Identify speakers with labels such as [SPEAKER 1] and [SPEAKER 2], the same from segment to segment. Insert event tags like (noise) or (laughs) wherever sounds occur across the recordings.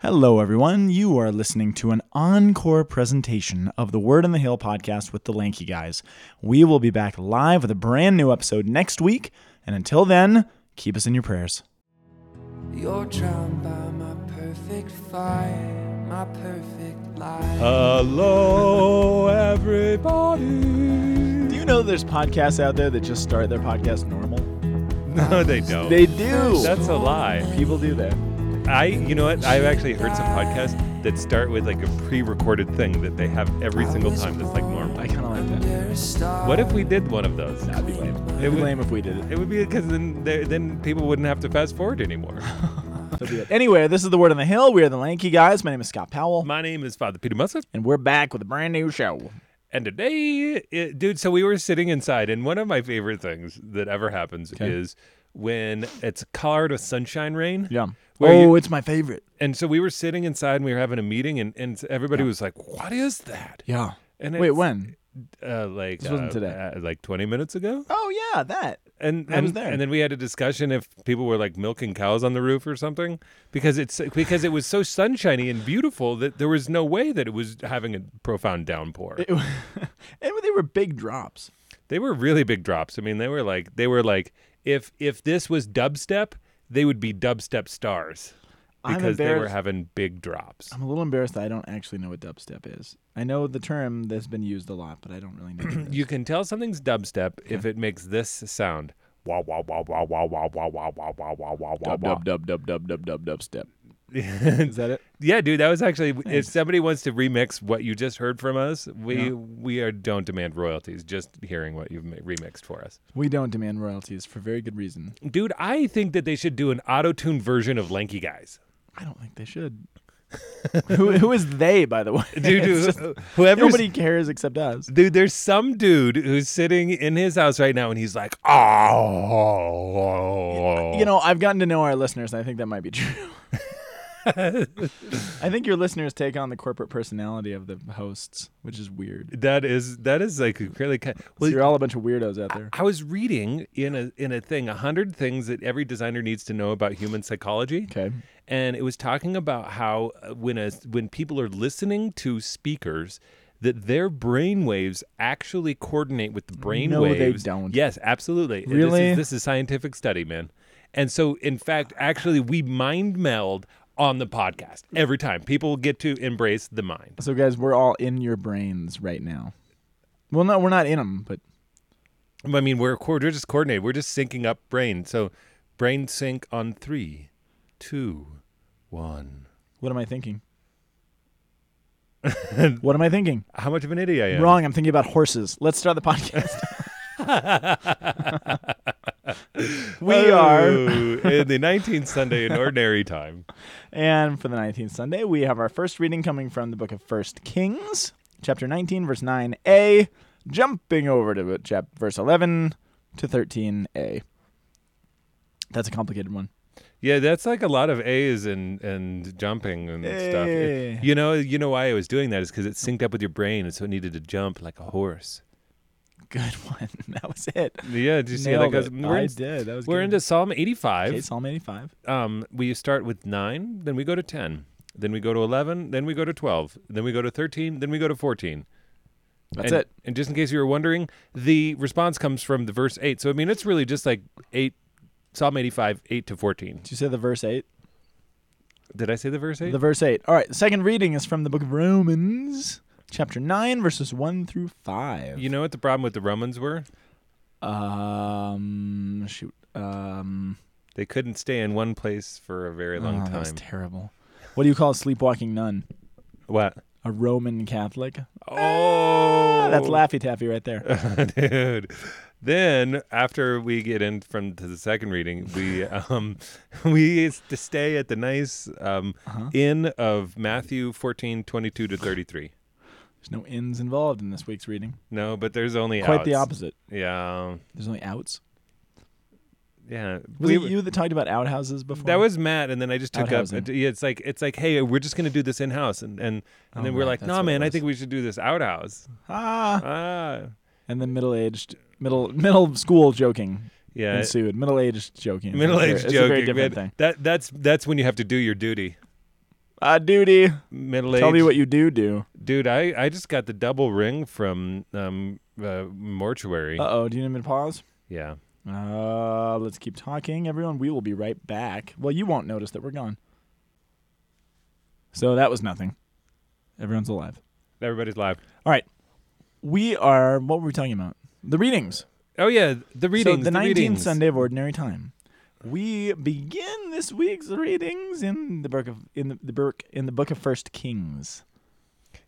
[SPEAKER 1] Hello, everyone. You are listening to an encore presentation of the Word on the Hill podcast with the Lanky Guys. We will be back live with a brand new episode next week. And until then, keep us in your prayers.
[SPEAKER 2] You're drowned by my perfect fire, my perfect life.
[SPEAKER 1] Hello, everybody. Do you know there's podcasts out there that just start their podcast normal?
[SPEAKER 3] (laughs) No, they don't.
[SPEAKER 1] They do.
[SPEAKER 3] That's a lie.
[SPEAKER 1] People do that.
[SPEAKER 3] I, you know what? I've actually heard some podcasts that start with like a pre-recorded thing that they have every single time. That's like normal.
[SPEAKER 1] I kind of like that.
[SPEAKER 2] Under a star.
[SPEAKER 3] What if we did one of those?
[SPEAKER 1] That'd be lame.
[SPEAKER 3] It
[SPEAKER 1] It'd be
[SPEAKER 3] would-
[SPEAKER 1] lame if we did it.
[SPEAKER 3] It would be because then there- then people wouldn't have to fast
[SPEAKER 1] (laughs)
[SPEAKER 3] forward anymore.
[SPEAKER 1] That'd be it. Anyway, this is the Word on the Hill. We are the Lanky Guys. My name is Scott Powell,
[SPEAKER 3] My name is Father Peter Musa,
[SPEAKER 1] and we're back with a brand new show.
[SPEAKER 3] and today, it, dude. So we were sitting inside, and one of my favorite things that ever happens is when it's Colorado sunshine rain.
[SPEAKER 1] Yeah.
[SPEAKER 3] Where
[SPEAKER 1] oh,
[SPEAKER 3] you-
[SPEAKER 1] it's my favorite.
[SPEAKER 3] And so we were sitting inside, and we were having a meeting, and and everybody was like, "What is that?"
[SPEAKER 1] Yeah.
[SPEAKER 3] And
[SPEAKER 1] Wait,
[SPEAKER 3] it's,
[SPEAKER 1] when?
[SPEAKER 3] Uh, like
[SPEAKER 1] This wasn't
[SPEAKER 3] uh,
[SPEAKER 1] today.
[SPEAKER 3] uh, like twenty minutes ago.
[SPEAKER 1] Oh yeah, that.
[SPEAKER 3] and
[SPEAKER 1] I
[SPEAKER 3] and,
[SPEAKER 1] was there.
[SPEAKER 3] and then we had a discussion if people were like milking cows on the roof or something because it's because it was so sunshiny and beautiful that there was no way that it was having a profound downpour.
[SPEAKER 1] It, (laughs) and they were big drops.
[SPEAKER 3] they were really big drops. I mean, they were like they were like if if this was dubstep, they would be dubstep stars
[SPEAKER 1] I'm
[SPEAKER 3] because they were
[SPEAKER 1] embarrassed-
[SPEAKER 3] having big drops.
[SPEAKER 1] I'm a little embarrassed that I don't actually know what dubstep is. I know the term that's been used a lot, but I don't really know. what it is.
[SPEAKER 3] You can tell something's dubstep if it makes this sound. Wow wow wow wow wow wow wow wow wow wow wow wow wow wow.
[SPEAKER 1] (clears throat) dub dub dub dub dub dubstep. (laughs) Is (laughs) that it?
[SPEAKER 3] Yeah, dude, that was actually. If somebody wants to remix what you just heard from us, we we are don't demand royalties. Just hearing what you've ma- remixed for us,
[SPEAKER 1] We don't demand royalties for very good reason.
[SPEAKER 3] dude. I think that they should do an auto-tuned version of Lanky
[SPEAKER 1] (laughs)
[SPEAKER 3] Guys.
[SPEAKER 1] I don't think they (laughs) should. who, who is they, by the way?
[SPEAKER 3] Dude,
[SPEAKER 1] (laughs) It's
[SPEAKER 3] who-
[SPEAKER 1] just-
[SPEAKER 3] whoever's
[SPEAKER 1] nobody cares except us.
[SPEAKER 3] dude, there's some dude who's sitting in his house right now, and he's like, oh,
[SPEAKER 1] You know, I've gotten to know our listeners, and I think that might be (laughs) true. I think your listeners take on the corporate personality of the hosts, which is weird.
[SPEAKER 3] that is that is like really kind.
[SPEAKER 1] So
[SPEAKER 3] Well,
[SPEAKER 1] you're all a bunch of weirdos out there.
[SPEAKER 3] I was reading in a in a thing a hundred things that every designer needs to know about human psychology.
[SPEAKER 1] Okay.
[SPEAKER 3] and it was talking about how uh, when a, when people are listening to speakers that their brain waves actually coordinate with the brain
[SPEAKER 1] No, they
[SPEAKER 3] waves.
[SPEAKER 1] don't.
[SPEAKER 3] Yes, absolutely. This is-
[SPEAKER 1] Really?
[SPEAKER 3] This is, scientific study, man. And so in fact, actually we mind meld on the podcast every time. People get to embrace the mind.
[SPEAKER 1] So guys, we're all in your brains right now. Well, no, we're not in them, but
[SPEAKER 3] I mean, we're, co- we're just coordinated. We're just syncing up brain. So brain sync on three, two, one.
[SPEAKER 1] what am I thinking? what am I thinking?
[SPEAKER 3] How much of an idiot I am.
[SPEAKER 1] Wrong. I'm thinking about horses. Let's start the podcast. (laughs) we (laughs) are,
[SPEAKER 3] Ooh, in the 19th Sunday in ordinary time.
[SPEAKER 1] and for the 19th Sunday, we have our first reading coming from the book of First Kings, chapter 19, verse 9a, jumping over to it, chap- verse 11 to 13a. That's a complicated one.
[SPEAKER 3] Yeah, that's like a lot of A's and and jumping and
[SPEAKER 1] Eh.
[SPEAKER 3] stuff.
[SPEAKER 1] Hey.
[SPEAKER 3] It- You know, you know why I was doing that is because it synced up with your brain, and so it needed to jump like a horse.
[SPEAKER 1] Good (laughs) one. That was it.
[SPEAKER 3] Yeah, did you see how that
[SPEAKER 1] Nailed
[SPEAKER 3] goes?
[SPEAKER 1] it.
[SPEAKER 3] We're,
[SPEAKER 1] I
[SPEAKER 3] in,
[SPEAKER 1] did. That was
[SPEAKER 3] we're
[SPEAKER 1] good.
[SPEAKER 3] into Psalm
[SPEAKER 1] Okay,
[SPEAKER 3] 85.
[SPEAKER 1] Psalm 85.
[SPEAKER 3] Um, we start with nine, then we go to 10, then we go to 11, then we go to 12, then we go to 13, then we go to 14.
[SPEAKER 1] That's
[SPEAKER 3] and,
[SPEAKER 1] it.
[SPEAKER 3] And just in case you were wondering, the response comes from the verse eight. So I mean, it's really just like eight, Psalm eighty-five, eight to fourteen.
[SPEAKER 1] Did you say the verse 8?
[SPEAKER 3] Did I say the verse eight?
[SPEAKER 1] The verse 8. All right, the second reading is from the book of Romans, chapter 9, verses 1 through 5.
[SPEAKER 3] you know what the problem with the Romans were?
[SPEAKER 1] um, shoot. Um,
[SPEAKER 3] They couldn't stay in one place for a very long
[SPEAKER 1] oh,
[SPEAKER 3] time.
[SPEAKER 1] That was terrible. What do you call a sleepwalking nun?
[SPEAKER 3] what?
[SPEAKER 1] A Roman
[SPEAKER 3] (laughs)
[SPEAKER 1] Catholic?
[SPEAKER 3] Oh,
[SPEAKER 1] Ah, that's Laffy Taffy right
[SPEAKER 3] (laughs)
[SPEAKER 1] there.
[SPEAKER 3] dude. Then after we get in from to the second reading, we (laughs) um we is to stay at the nice um
[SPEAKER 1] Uh-huh.
[SPEAKER 3] inn of Matthew fourteen twenty two to thirty three.
[SPEAKER 1] There's no ins involved in this week's reading.
[SPEAKER 3] No, but there's only
[SPEAKER 1] Quite the
[SPEAKER 3] outs.
[SPEAKER 1] opposite.
[SPEAKER 3] Yeah.
[SPEAKER 1] There's only outs.
[SPEAKER 3] Yeah,
[SPEAKER 1] Was
[SPEAKER 3] we
[SPEAKER 1] it
[SPEAKER 3] were-
[SPEAKER 1] you that talked about outhouses before?
[SPEAKER 3] that was Matt, and then I just took up.
[SPEAKER 1] Outhousing.
[SPEAKER 3] yeah, It's like it's like, hey, we're just gonna do this in house, and and, and then
[SPEAKER 1] Oh,
[SPEAKER 3] we're
[SPEAKER 1] right,
[SPEAKER 3] like,
[SPEAKER 1] that's
[SPEAKER 3] nah,
[SPEAKER 1] what it
[SPEAKER 3] man, I
[SPEAKER 1] was.
[SPEAKER 3] think we should do
[SPEAKER 1] (laughs)
[SPEAKER 3] this outhouse.
[SPEAKER 1] Ah.
[SPEAKER 3] Ah,
[SPEAKER 1] And then middle-aged, middle middle school joking
[SPEAKER 3] yeah,
[SPEAKER 1] ensued. Middle-aged joking. is a
[SPEAKER 3] middle
[SPEAKER 1] very-
[SPEAKER 3] aged
[SPEAKER 1] It's a very
[SPEAKER 3] joking.
[SPEAKER 1] different
[SPEAKER 3] man.
[SPEAKER 1] thing.
[SPEAKER 3] That that's that's when you have to do your duty.
[SPEAKER 1] Ah, duty.
[SPEAKER 3] Middle
[SPEAKER 1] Tell
[SPEAKER 3] age.
[SPEAKER 1] me what you do do.
[SPEAKER 3] Dude, I, I just got the double ring from um, uh, Mortuary.
[SPEAKER 1] Uh oh. Do you need me to pause?
[SPEAKER 3] yeah.
[SPEAKER 1] Uh, let's keep talking, everyone. We will be right back. Well, you won't notice that we're gone. So that was nothing. Everyone's alive.
[SPEAKER 3] Everybody's live.
[SPEAKER 1] All right. We are. What were we talking about? The readings.
[SPEAKER 3] Oh, yeah. The
[SPEAKER 1] so
[SPEAKER 3] readings.
[SPEAKER 1] the 19th
[SPEAKER 3] readings.
[SPEAKER 1] Sunday of Ordinary Time. We begin this week's readings in the book of in the, the book in the book of First Kings.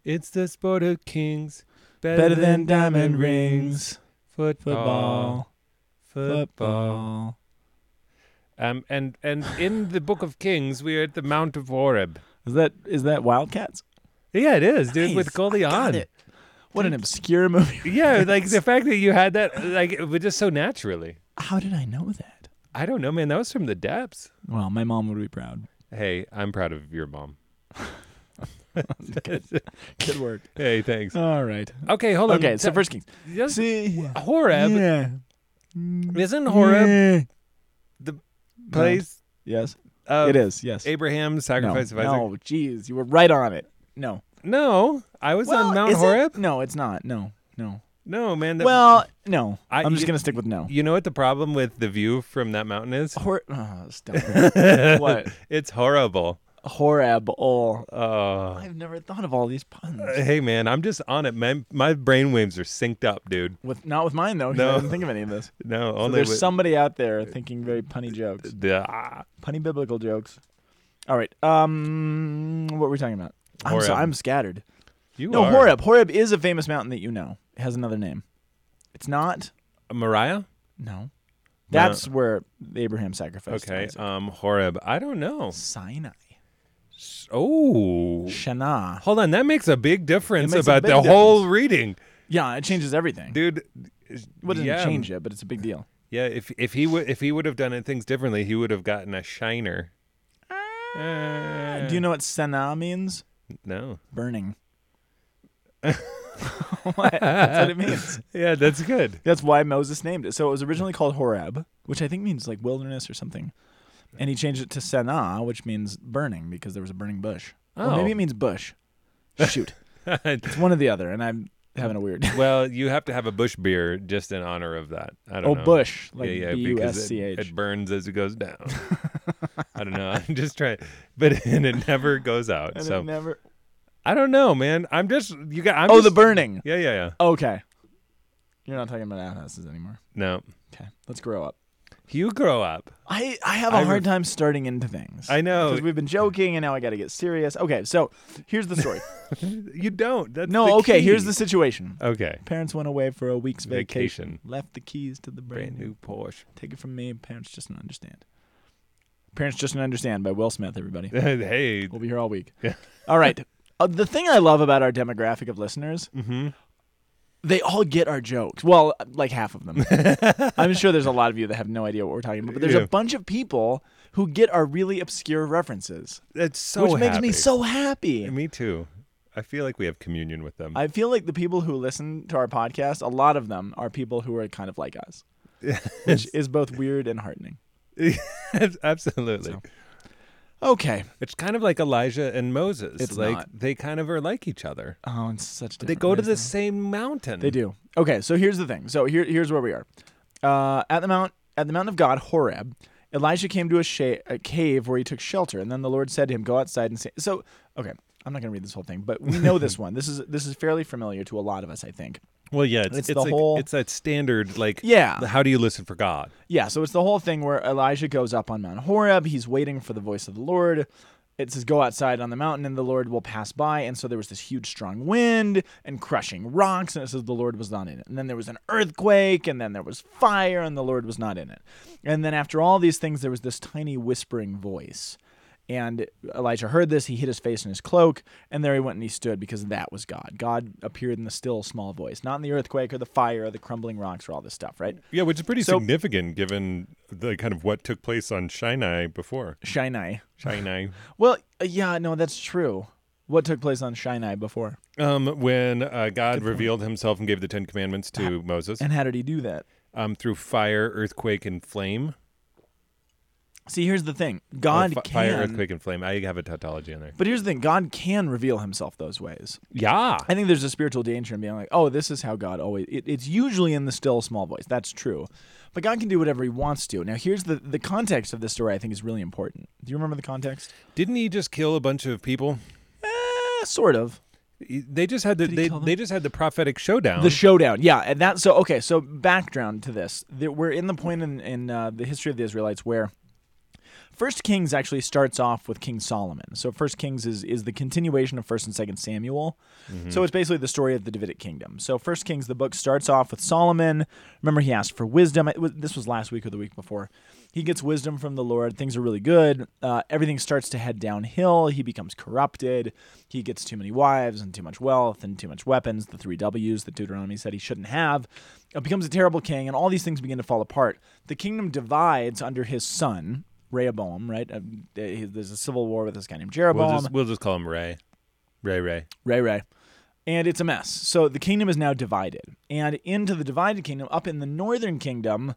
[SPEAKER 3] It's the sport of kings. Better,
[SPEAKER 1] Better than diamond rings,
[SPEAKER 3] Football.
[SPEAKER 1] football, football.
[SPEAKER 3] Um, and, and in the book of kings, we are at the Mount of Oreb.
[SPEAKER 1] Is that is that Wildcats?
[SPEAKER 3] Yeah, it is, dude, with
[SPEAKER 1] Nice. I
[SPEAKER 3] Goldie
[SPEAKER 1] got
[SPEAKER 3] on.
[SPEAKER 1] it. What an obscure movie.
[SPEAKER 3] (laughs) Yeah, like the fact that you had that, like, it was just so naturally.
[SPEAKER 1] (laughs) How did I know that?
[SPEAKER 3] I don't know, man. That was from the depths.
[SPEAKER 1] Well, my mom would be proud.
[SPEAKER 3] Hey, I'm proud of your mom.
[SPEAKER 1] (laughs) Good work.
[SPEAKER 3] Hey, thanks.
[SPEAKER 1] All right.
[SPEAKER 3] Okay, hold on.
[SPEAKER 1] Okay, so
[SPEAKER 3] T-
[SPEAKER 1] First Kings.
[SPEAKER 3] just-
[SPEAKER 1] See,
[SPEAKER 3] Horeb
[SPEAKER 1] yeah. Mm-hmm.
[SPEAKER 3] isn't Horeb
[SPEAKER 1] Yeah.
[SPEAKER 3] the place
[SPEAKER 1] Yes,
[SPEAKER 3] of
[SPEAKER 1] it is. Yes.
[SPEAKER 3] Abraham's
[SPEAKER 1] no,
[SPEAKER 3] sacrifice of Isaac?
[SPEAKER 1] no, jeez, you were right on it. No,
[SPEAKER 3] No, I was
[SPEAKER 1] Well,
[SPEAKER 3] on Mount
[SPEAKER 1] is it?
[SPEAKER 3] Horeb.
[SPEAKER 1] No, it's not. No, no.
[SPEAKER 3] No, man. That,
[SPEAKER 1] well, no. I,
[SPEAKER 3] I-
[SPEAKER 1] am just
[SPEAKER 3] you-
[SPEAKER 1] gonna stick with no.
[SPEAKER 3] you know what the problem with the view from that mountain is?
[SPEAKER 1] Hor- oh, (laughs) stop it. what?
[SPEAKER 3] It's horrible.
[SPEAKER 1] Horeb. Oh,
[SPEAKER 3] Oh.
[SPEAKER 1] I've never thought of all these puns.
[SPEAKER 3] Hey man, I'm just on it. My my brainwaves are synced up, dude.
[SPEAKER 1] With not with mine though. 'cause I
[SPEAKER 3] No.
[SPEAKER 1] didn't think of any of this.
[SPEAKER 3] No,
[SPEAKER 1] So
[SPEAKER 3] (laughs) only
[SPEAKER 1] there's
[SPEAKER 3] with
[SPEAKER 1] somebody out there thinking very punny jokes,
[SPEAKER 3] the ah,
[SPEAKER 1] punny biblical jokes. All right. Um, what were we talking about? I'm, so,
[SPEAKER 3] Horeb.
[SPEAKER 1] I'm scattered.
[SPEAKER 3] you
[SPEAKER 1] no,
[SPEAKER 3] are
[SPEAKER 1] Horeb. Horeb is a famous mountain that you know. It has another name. It's not.
[SPEAKER 3] Mariah.
[SPEAKER 1] No. That's where the Abraham sacrifice.
[SPEAKER 3] Okay,
[SPEAKER 1] Isaac.
[SPEAKER 3] um, Horeb. I don't know.
[SPEAKER 1] Sinai.
[SPEAKER 3] Oh,
[SPEAKER 1] Shana.
[SPEAKER 3] hold on. That makes a big difference
[SPEAKER 1] makes a
[SPEAKER 3] about
[SPEAKER 1] big
[SPEAKER 3] the whole reading,
[SPEAKER 1] Yeah, it changes everything.
[SPEAKER 3] dude.
[SPEAKER 1] Well, it doesn't
[SPEAKER 3] yeah,
[SPEAKER 1] change it, but it's a big deal.
[SPEAKER 3] Yeah, if if he would if he would have done it things differently, he would have gotten a shiner.
[SPEAKER 1] Ah,
[SPEAKER 3] Uh,
[SPEAKER 1] Do you know what Sana means?
[SPEAKER 3] No.
[SPEAKER 1] Burning. (laughs) what? That's what it means.
[SPEAKER 3] Yeah, that's good.
[SPEAKER 1] That's why Moses named it. So it was originally called Horeb, which I think means like wilderness or something. And he changed it to Sana, which means burning, because there was a burning bush. Well,
[SPEAKER 3] Oh.
[SPEAKER 1] maybe it means bush. Shoot. it's one or the other, and I'm having a weird.
[SPEAKER 3] (laughs) Well, you have to have a bush beer just in honor of that. I don't
[SPEAKER 1] Oh,
[SPEAKER 3] know.
[SPEAKER 1] bush. Like
[SPEAKER 3] yeah, yeah, because it,
[SPEAKER 1] B-U-S-C-H.
[SPEAKER 3] it burns as it goes down.
[SPEAKER 1] (laughs)
[SPEAKER 3] I don't know. (laughs) I'm just trying, but (laughs) and it never goes out.
[SPEAKER 1] And it
[SPEAKER 3] so
[SPEAKER 1] never-
[SPEAKER 3] I don't know, man. I'm just you got. I'm
[SPEAKER 1] oh, the
[SPEAKER 3] just-
[SPEAKER 1] burning.
[SPEAKER 3] Yeah, yeah, yeah.
[SPEAKER 1] Okay. You're not talking about asses anymore.
[SPEAKER 3] No,
[SPEAKER 1] Okay, let's grow up.
[SPEAKER 3] you grow up.
[SPEAKER 1] I, I have a
[SPEAKER 3] I
[SPEAKER 1] hard
[SPEAKER 3] ref-
[SPEAKER 1] time starting into things.
[SPEAKER 3] I know.
[SPEAKER 1] Because we've been joking and now I got to get serious. Okay, so here's the
[SPEAKER 3] (laughs)
[SPEAKER 1] story.
[SPEAKER 3] You don't. That's the
[SPEAKER 1] no, okay, here's
[SPEAKER 3] key.
[SPEAKER 1] the situation.
[SPEAKER 3] Okay. (laughs)
[SPEAKER 1] Parents went away for a week's vacation.
[SPEAKER 3] Vacation.
[SPEAKER 1] Left the keys to the brand,
[SPEAKER 3] Brand
[SPEAKER 1] new.
[SPEAKER 3] new Porsche.
[SPEAKER 1] Take it from me, parents just don't understand. Parents just don't understand by Will Smith, everybody.
[SPEAKER 3] hey.
[SPEAKER 1] We'll be here all week.
[SPEAKER 3] Yeah.
[SPEAKER 1] (laughs) All right. Uh, the thing I love about our demographic of listeners,
[SPEAKER 3] Mhm.
[SPEAKER 1] they all get our jokes. Well, like half of
[SPEAKER 3] (laughs)
[SPEAKER 1] them. I'm sure there's a lot of you that have no idea what we're talking about, but there's
[SPEAKER 3] Yeah.
[SPEAKER 1] a bunch of people who get our really obscure references,
[SPEAKER 3] That's so.
[SPEAKER 1] which makes me
[SPEAKER 3] happy.
[SPEAKER 1] so happy.
[SPEAKER 3] Me too. I feel like we have communion with (laughs) them.
[SPEAKER 1] I feel like the people who listen to our podcast, a lot of them are people who are kind of like
[SPEAKER 3] (laughs)
[SPEAKER 1] us, which is both weird and heartening.
[SPEAKER 3] Absolutely.
[SPEAKER 1] So. Okay.
[SPEAKER 3] It's kind of like Elijah and Moses.
[SPEAKER 1] It's
[SPEAKER 3] like
[SPEAKER 1] not.
[SPEAKER 3] they kind of are like each other.
[SPEAKER 1] Oh, it's such
[SPEAKER 3] They
[SPEAKER 1] different
[SPEAKER 3] go to
[SPEAKER 1] ways,
[SPEAKER 3] the
[SPEAKER 1] though.
[SPEAKER 3] same mountain.
[SPEAKER 1] They do. Okay, so here's the thing. So here, here's where we are. Uh, at the mount, at the mountain of God, Horeb, Elijah came to a, sha- a cave where he took shelter, and then the Lord said to him, "Go outside and say." So, okay, I'm not going to read this whole thing, but we know
[SPEAKER 3] (laughs)
[SPEAKER 1] this one. This is this is fairly familiar to a lot of us, I think.
[SPEAKER 3] Well, yeah, it's,
[SPEAKER 1] It's
[SPEAKER 3] it's,
[SPEAKER 1] the
[SPEAKER 3] like,
[SPEAKER 1] whole-
[SPEAKER 3] it's that standard like
[SPEAKER 1] Yeah.
[SPEAKER 3] the How do you listen for God?
[SPEAKER 1] Yeah, so it's the whole thing where Elijah goes up on Mount Horeb. He's waiting for the voice of the Lord. It says, Go outside on the mountain, and the Lord will pass by. And so there was this huge, strong wind and crushing rocks, and it says the Lord was not in it. And then there was an earthquake, and then there was fire, and the Lord was not in it. And then after all these things, there was this tiny whispering voice. And Elijah heard this. He hid his face in his cloak, and there he went and he stood because that was God. God appeared in the still, small voice, not in the earthquake or the fire or the crumbling rocks or all this stuff, right?
[SPEAKER 3] Yeah, which is pretty
[SPEAKER 1] So-
[SPEAKER 3] significant given the kind of what took place on Sinai before.
[SPEAKER 1] Shinai.
[SPEAKER 3] Sinai.
[SPEAKER 1] Well, uh, yeah, no, that's true. What took place on Sinai before?
[SPEAKER 3] (laughs) um, when uh, God revealed himself and gave the Ten Commandments to Moses
[SPEAKER 1] And how did he do that?
[SPEAKER 3] um, through fire, earthquake, and flame.
[SPEAKER 1] See, here's the thing. God
[SPEAKER 3] Oh, fi-
[SPEAKER 1] can
[SPEAKER 3] Fire, earthquake, and flame. I have a tautology in there.
[SPEAKER 1] But here's the thing, God can reveal himself those ways.
[SPEAKER 3] Yeah.
[SPEAKER 1] I think there's a spiritual danger in being like, oh, this is how God always. It, it's usually in the still small voice. That's true, but God can do whatever He wants to. Now, here's the the context of this story. I think is really important. Do you remember the context?
[SPEAKER 3] Didn't he just kill a bunch of people?
[SPEAKER 1] Eh, sort of.
[SPEAKER 3] They just had the
[SPEAKER 1] he
[SPEAKER 3] they,
[SPEAKER 1] kill them?
[SPEAKER 3] they just had the prophetic showdown.
[SPEAKER 1] The showdown, yeah, and that. So okay, so background to this, There- we're in the point in, in uh, the history of the Israelites where First Kings actually starts off with King Solomon. So First Kings is is the continuation of First and Second Samuel. So it's basically the story of the Davidic kingdom. So First Kings, the book starts off with Solomon. Remember, he asked for wisdom. It was, this was last week or the week before. He gets wisdom from the Lord. Things are really good. Uh, everything starts to head downhill. He becomes corrupted. He gets too many wives and too much wealth and too much weapons. The three W's that Deuteronomy said he shouldn't have. Uh, becomes a terrible king, and all these things begin to fall apart. The kingdom divides under his son. Rehoboam, right? Um, eh, there's a civil war with this guy named Jeroboam.
[SPEAKER 3] we'll just we'll just call him Ray. Ray Ray.
[SPEAKER 1] Ray Ray. And it's a mess. So the kingdom is now divided. And into the divided kingdom, up in the northern kingdom,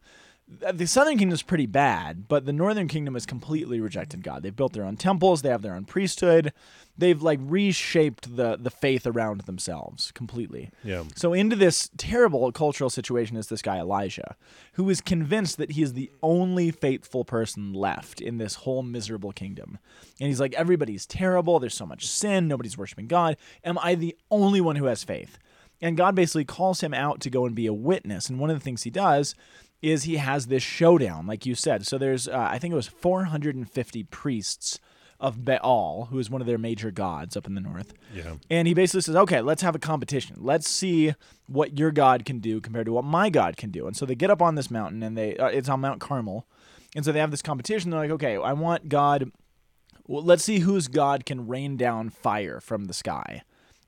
[SPEAKER 1] th- the southern kingdom is pretty bad, but the northern kingdom has completely rejected God. They've built their own temples, they have their own priesthood, they've like reshaped the the faith around themselves completely.
[SPEAKER 3] Yeah.
[SPEAKER 1] So into this terrible cultural situation is this guy Elijah, who is convinced that he is the only faithful person left in this whole miserable kingdom. And he's like, everybody's terrible. There's so much sin. Nobody's worshiping God. Am I the only one who has faith? And God basically calls him out to go and be a witness. And one of the things he does is he has this showdown, like you said. So there's, uh, I think it was 450 priests of Baal, who is one of their major gods up in the north.
[SPEAKER 3] Yeah.
[SPEAKER 1] And he basically says, okay, let's have a competition. Let's see what your God can do compared to what my God can do. And so they get up on this mountain and they, uh, it's on Mount Carmel. And so they have this competition. They're like, okay, I want God, well, let's see whose God can rain down fire from the sky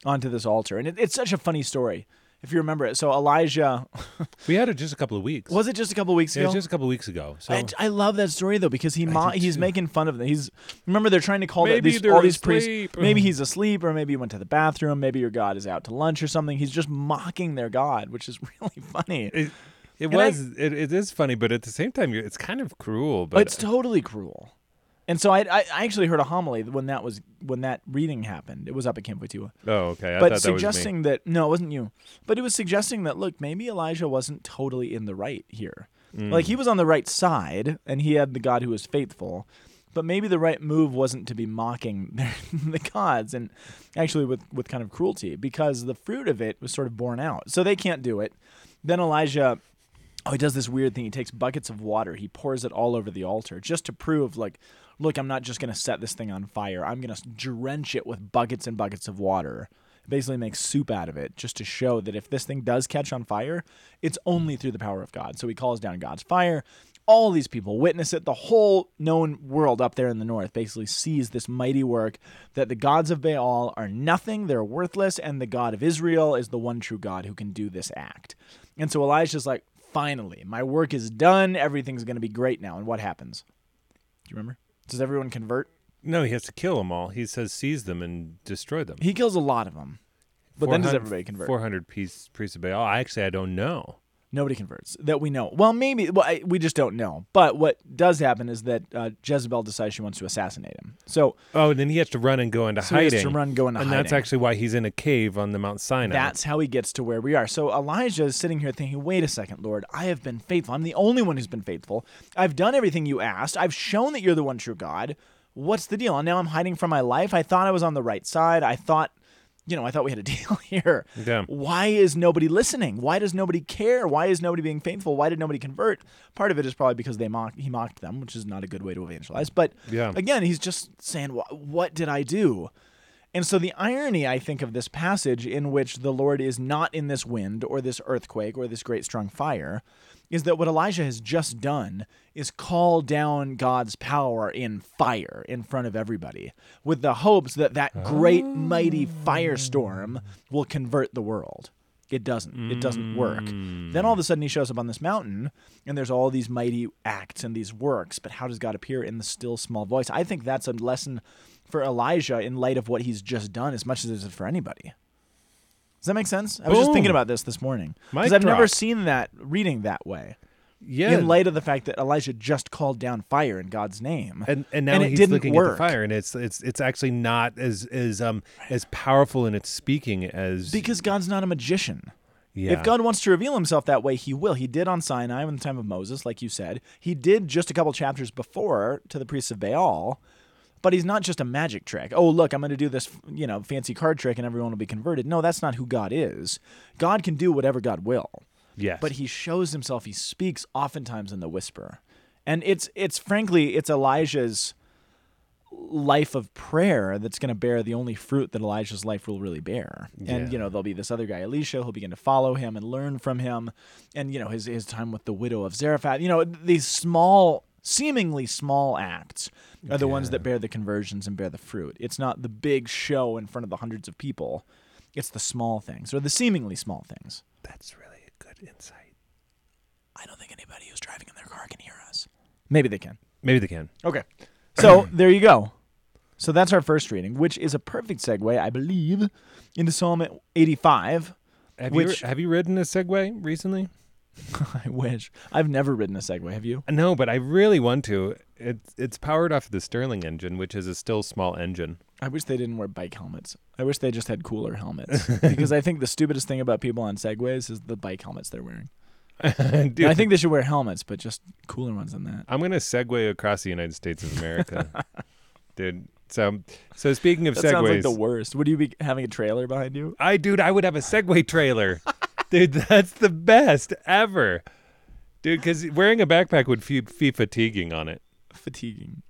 [SPEAKER 1] onto this altar. And it, it's such a funny story. If you remember it, so Elijah (laughs)
[SPEAKER 3] We had it just a couple of weeks.
[SPEAKER 1] was it just a couple weeks
[SPEAKER 3] yeah,
[SPEAKER 1] ago?
[SPEAKER 3] just a couple of weeks ago. So
[SPEAKER 1] I, I love that story though because he mo-
[SPEAKER 3] Um, do,
[SPEAKER 1] he's
[SPEAKER 3] too.
[SPEAKER 1] making fun of them. He's remember they're trying to call that
[SPEAKER 3] Maybe
[SPEAKER 1] these,
[SPEAKER 3] they're
[SPEAKER 1] all these priests.
[SPEAKER 3] asleep.
[SPEAKER 1] Maybe
[SPEAKER 3] (sighs)
[SPEAKER 1] he's asleep, or maybe he went to the bathroom. Maybe your god is out to lunch or something. He's just mocking their god, which is (laughs) really funny.
[SPEAKER 3] it, it
[SPEAKER 1] I-
[SPEAKER 3] was it, it is funny, but at the same time, you're, it's kind of cruel. But
[SPEAKER 1] it's totally cruel. And so I, I I actually heard a homily when that was when that reading happened. It was up at Camp Waitua.
[SPEAKER 3] oh, okay. I
[SPEAKER 1] but
[SPEAKER 3] thought that was me.
[SPEAKER 1] suggesting that no, it wasn't you. But it was suggesting that look, maybe Elijah wasn't totally in the right here.
[SPEAKER 3] Mm.
[SPEAKER 1] Like he was on the right side, and he had the God who was faithful. But maybe the right move wasn't to be mocking (laughs) their, the gods, and actually with with kind of cruelty, because the fruit of it was sort of borne out. So they can't do it. Then Elijah Oh, he does this weird thing. He takes buckets of water, he pours it all over the altar just to prove, like, look, I'm not just going to set this thing on fire. I'm going to drench it with buckets and buckets of water. Basically, make soup out of it just to show that if this thing does catch on fire, it's only through the power of God. So he calls down God's fire. All these people witness it. The whole known world up there in the north basically sees this mighty work that the gods of Baal are nothing, they're worthless, and the God of Israel is the one true God who can do this act. And so Elijah's like, finally, my work is done. Everything's going to be great now. And what happens? Do you remember? Does everyone convert?
[SPEAKER 3] no, he has to kill them all. He says seize them and destroy them.
[SPEAKER 1] He kills a lot of them. But then does
[SPEAKER 3] 400
[SPEAKER 1] everybody convert?
[SPEAKER 3] 400 piece, priests of Baal. I actually, I don't know.
[SPEAKER 1] Nobody converts that we know. Well, maybe well, I, we just don't know. But what does happen is that uh, Jezebel decides she wants to assassinate him. So
[SPEAKER 3] Oh, and then he has to run and go into
[SPEAKER 1] So he
[SPEAKER 3] hiding.
[SPEAKER 1] has to run, go into
[SPEAKER 3] and that's
[SPEAKER 1] hiding.
[SPEAKER 3] actually why he's in a cave on the Mount Sinai.
[SPEAKER 1] That's how he gets to where we are. So Elijah is sitting here thinking, wait a second, Lord, I have been faithful. I'm the only one who's been faithful. I've done everything you asked. I've shown that you're the one true God. What's the deal? And now I'm hiding from my life. I thought I was on the right side. I thought, you know, I thought we had a (laughs) deal here.
[SPEAKER 3] Yeah.
[SPEAKER 1] Why is nobody listening? Why does nobody care? Why is nobody being faithful? Why did nobody convert? Part of it is probably because they mocked, he mocked them, which is not a good way to evangelize. But
[SPEAKER 3] Yeah.
[SPEAKER 1] again, he's just saying, "Wha- what did I do? And so the irony, I think, of this passage in which the Lord is not in this wind or this earthquake or this great strong fire is that what Elijah has just done is call down God's power in fire in front of everybody with the hopes that that great mighty firestorm will convert the world. It doesn't. It doesn't work. Then
[SPEAKER 3] Mm.
[SPEAKER 1] all of a sudden he shows up on this mountain and there's all these mighty acts and these works, but how does God appear in the still small voice? I think that's a lesson for Elijah in light of what he's just done as much as it is for anybody. Does that make sense? I was just
[SPEAKER 3] Boom.
[SPEAKER 1] thinking about this this morning because
[SPEAKER 3] Mic
[SPEAKER 1] I've never
[SPEAKER 3] drop.
[SPEAKER 1] seen that reading that way.
[SPEAKER 3] Yeah.
[SPEAKER 1] in light of the fact that Elijah just called down fire in God's name.
[SPEAKER 3] and and now
[SPEAKER 1] and it
[SPEAKER 3] he's
[SPEAKER 1] didn't
[SPEAKER 3] looking at
[SPEAKER 1] work.
[SPEAKER 3] the fire, and it's it's it's actually not as as um as powerful in its speaking as
[SPEAKER 1] because God's not a magician.
[SPEAKER 3] yeah.
[SPEAKER 1] If God wants to reveal himself that way, he will. He did on Sinai in the time of Moses, like you said. He did just a couple chapters before to the priests of Baal, but he's not just a magic trick. Oh, look, I'm going to do this, you know, fancy card trick and everyone will be converted. No, that's not who God is. God can do whatever God will.
[SPEAKER 3] yes,
[SPEAKER 1] But he shows himself, he speaks oftentimes in the whisper. And it's it's frankly, it's Elijah's life of prayer that's going to bear the only fruit that Elijah's life will really bear.
[SPEAKER 3] Yeah.
[SPEAKER 1] And you know, there'll be this other guy Elisha who'll begin to follow him and learn from him and you know, his his time with the widow of Zarephath, you know, these small seemingly small acts are the ones that bear the conversions and bear the fruit. It's not the big show in front of the hundreds of people. It's the small things or the seemingly small things.
[SPEAKER 3] that's really a good insight.
[SPEAKER 1] I don't think anybody who's driving in their car can hear us. Maybe they can.
[SPEAKER 3] Maybe they can.
[SPEAKER 1] Okay. So (clears throat) there you go. So that's our first reading, which is a perfect segue, I believe, into Psalm 85.
[SPEAKER 3] Have
[SPEAKER 1] Which-
[SPEAKER 3] you have you ridden a Segway recently?
[SPEAKER 1] (laughs) I wish. I've never ridden a Segway. Have you?
[SPEAKER 3] No, but I really want to. It's it's powered off the Sterling engine, which is a still small engine. (laughs)
[SPEAKER 1] I wish they didn't wear bike helmets. I wish they just had cooler
[SPEAKER 3] (laughs)
[SPEAKER 1] helmets. because I think the stupidest thing about people on Segways is the bike helmets they're wearing.
[SPEAKER 3] Dude,
[SPEAKER 1] And I think they should wear helmets, but just cooler ones than that.
[SPEAKER 3] I'm gonna segue across the United States
[SPEAKER 1] (laughs)
[SPEAKER 3] of America, dude. So so speaking of
[SPEAKER 1] That
[SPEAKER 3] segways,
[SPEAKER 1] sounds like the worst. Would you be having a trailer behind you?
[SPEAKER 3] I dude, I would have a Segway
[SPEAKER 1] (laughs)
[SPEAKER 3] trailer. dude, that's the best ever. Dude, cuz wearing a backpack would fe- be fatiguing on it.
[SPEAKER 1] Fatiguing.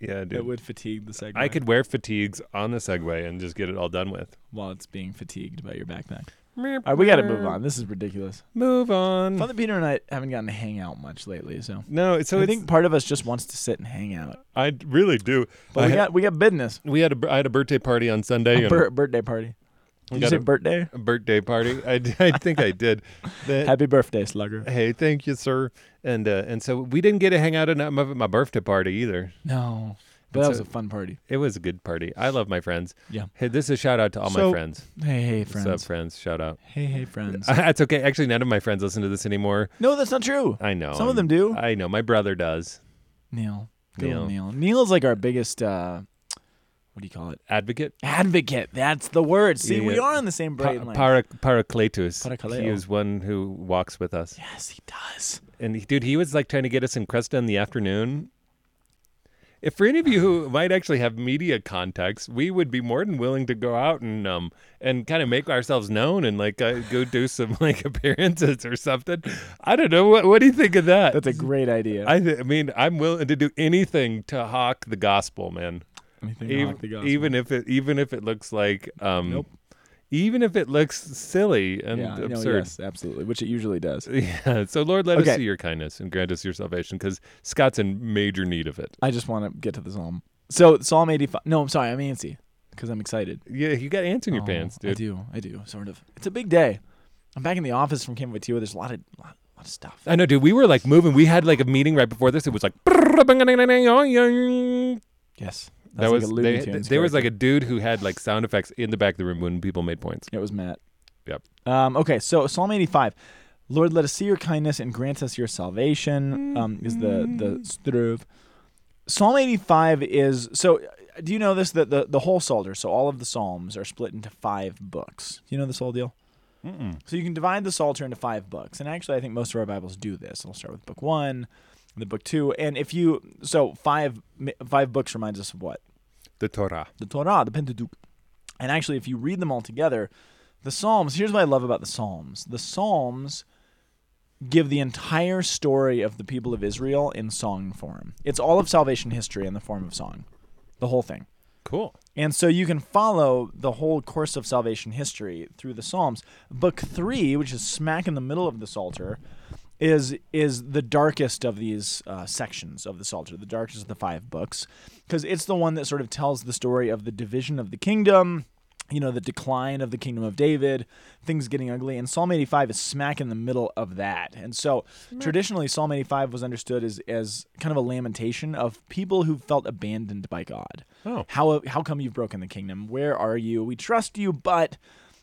[SPEAKER 3] Yeah, dude.
[SPEAKER 1] It would fatigue the Segway
[SPEAKER 3] I could wear fatigues on the Segway and just get it all done with.
[SPEAKER 1] while it's being fatigued by your backpack. All right, we got to
[SPEAKER 3] Mm.
[SPEAKER 1] move on. This is ridiculous.
[SPEAKER 3] Move on.
[SPEAKER 1] Father Peter and I haven't gotten to hang out much lately, so,
[SPEAKER 3] No, so
[SPEAKER 1] I
[SPEAKER 3] I
[SPEAKER 1] think part of us just wants to sit and hang out.
[SPEAKER 3] I really do.
[SPEAKER 1] But
[SPEAKER 3] I
[SPEAKER 1] we
[SPEAKER 3] ha-
[SPEAKER 1] got we got business.
[SPEAKER 3] we had a, I had a birthday party on Sunday. and
[SPEAKER 1] Bir- birthday party.
[SPEAKER 3] we
[SPEAKER 1] Did you
[SPEAKER 3] got
[SPEAKER 1] say
[SPEAKER 3] a,
[SPEAKER 1] birthday?
[SPEAKER 3] a birthday party. I, d- I think
[SPEAKER 1] (laughs)
[SPEAKER 3] I did. The-
[SPEAKER 1] Happy birthday, Slugger.
[SPEAKER 3] hey, thank you, sir. And uh, and so we didn't get to hang out at my my birthday party either.
[SPEAKER 1] No, but
[SPEAKER 3] It's
[SPEAKER 1] that was
[SPEAKER 3] a-
[SPEAKER 1] a fun party.
[SPEAKER 3] It was a good party. I love my friends.
[SPEAKER 1] Yeah.
[SPEAKER 3] Hey, this is a shout out to all
[SPEAKER 1] So-
[SPEAKER 3] my friends.
[SPEAKER 1] Hey, hey,
[SPEAKER 3] What's
[SPEAKER 1] friends.
[SPEAKER 3] up, friends? Shout out. (laughs)
[SPEAKER 1] Hey, hey, friends.
[SPEAKER 3] That's okay. Actually, none of my friends listen to this anymore.
[SPEAKER 1] no, that's not true.
[SPEAKER 3] I know.
[SPEAKER 1] Some of them do.
[SPEAKER 3] Oh, I know. My brother does.
[SPEAKER 1] Neil. Good old Neil.
[SPEAKER 3] Neil.
[SPEAKER 1] Neil's like our biggest. uh What do you call it?
[SPEAKER 3] Advocate.
[SPEAKER 1] Advocate. That's the word. See,
[SPEAKER 3] Yeah,
[SPEAKER 1] we
[SPEAKER 3] yeah.
[SPEAKER 1] are on the same
[SPEAKER 3] Pa-
[SPEAKER 1] brain. line.
[SPEAKER 3] para- Paracletus.
[SPEAKER 1] Parakaleo.
[SPEAKER 3] He is one who walks with us.
[SPEAKER 1] yes, he does.
[SPEAKER 3] And he- dude, he was like trying to get us in Cresta in the afternoon. If for any of you who might actually have media contacts, we would be more than willing to go out and um and kind of make ourselves known and like uh, go do some (laughs) like appearances or something. I don't know. What what do you think of that?
[SPEAKER 1] That's a great idea.
[SPEAKER 3] I, th- I mean, I'm willing to do anything to hawk the gospel, man.
[SPEAKER 1] Anything
[SPEAKER 3] Ev-
[SPEAKER 1] to hawk the gospel.
[SPEAKER 3] even if it even if it looks like um
[SPEAKER 1] Nope.
[SPEAKER 3] even if it looks silly and
[SPEAKER 1] yeah, No,
[SPEAKER 3] absurd.
[SPEAKER 1] yes, absolutely. Which it usually does.
[SPEAKER 3] (laughs) Yeah. So Lord, let
[SPEAKER 1] Okay.
[SPEAKER 3] us see your kindness and grant us your salvation cuz Scott's in major need of it.
[SPEAKER 1] I just want to get to the psalm. So Psalm 85. No, I'm sorry. I'm antsy because I'm excited.
[SPEAKER 3] Yeah, you got ants in your
[SPEAKER 1] Oh,
[SPEAKER 3] pants,
[SPEAKER 1] I
[SPEAKER 3] dude.
[SPEAKER 1] do. I do. Sort of. It's a big day. I'm back in the office from Camp Vatiwa. There's a lot of lot, lot of stuff.
[SPEAKER 3] I know, dude. We were like moving. We had like a meeting right before this. It was like (laughs) that
[SPEAKER 1] Yes. That's like
[SPEAKER 3] was
[SPEAKER 1] a Looney
[SPEAKER 3] they-
[SPEAKER 1] Tunes
[SPEAKER 3] there was
[SPEAKER 1] character.
[SPEAKER 3] like a dude who had like sound effects in the back of the room when people made points.
[SPEAKER 1] It was Matt.
[SPEAKER 3] Yep.
[SPEAKER 1] Um, okay, so Psalm 85. Lord, let us see your kindness and grant us your salvation. Um, is the the strophe. Psalm 85 is so. uh, Do you know this that the the whole psalter, so all of the psalms are split into five books. Do you know this whole deal? So you can divide the psalter into five books, and actually, I think most of our Bibles do this. It'll start with book one, the book two, and if you so five five books reminds us of what
[SPEAKER 3] The Torah.
[SPEAKER 1] the Torah, the Pentateuch. And actually, if you read them all together, the Psalms, here's what I love about the Psalms the Psalms give the entire story of the people of Israel in song form. It's all of salvation history in the form of song, the whole thing.
[SPEAKER 3] Cool.
[SPEAKER 1] And so you can follow the whole course of salvation history through the Psalms. Book three, which is smack in the middle of the Psalter, is is the darkest of these uh, sections of the Psalter, the darkest of the five books, because it's the one that sort of tells the story of the division of the kingdom. You know, the decline of the kingdom of David, things getting ugly. And Psalm 85 is smack in the middle of that. And so traditionally, Psalm 85 was understood as, as kind of a lamentation of people who felt abandoned by God.
[SPEAKER 3] Oh.
[SPEAKER 1] How how come you've broken the kingdom? Where are you? We trust you, but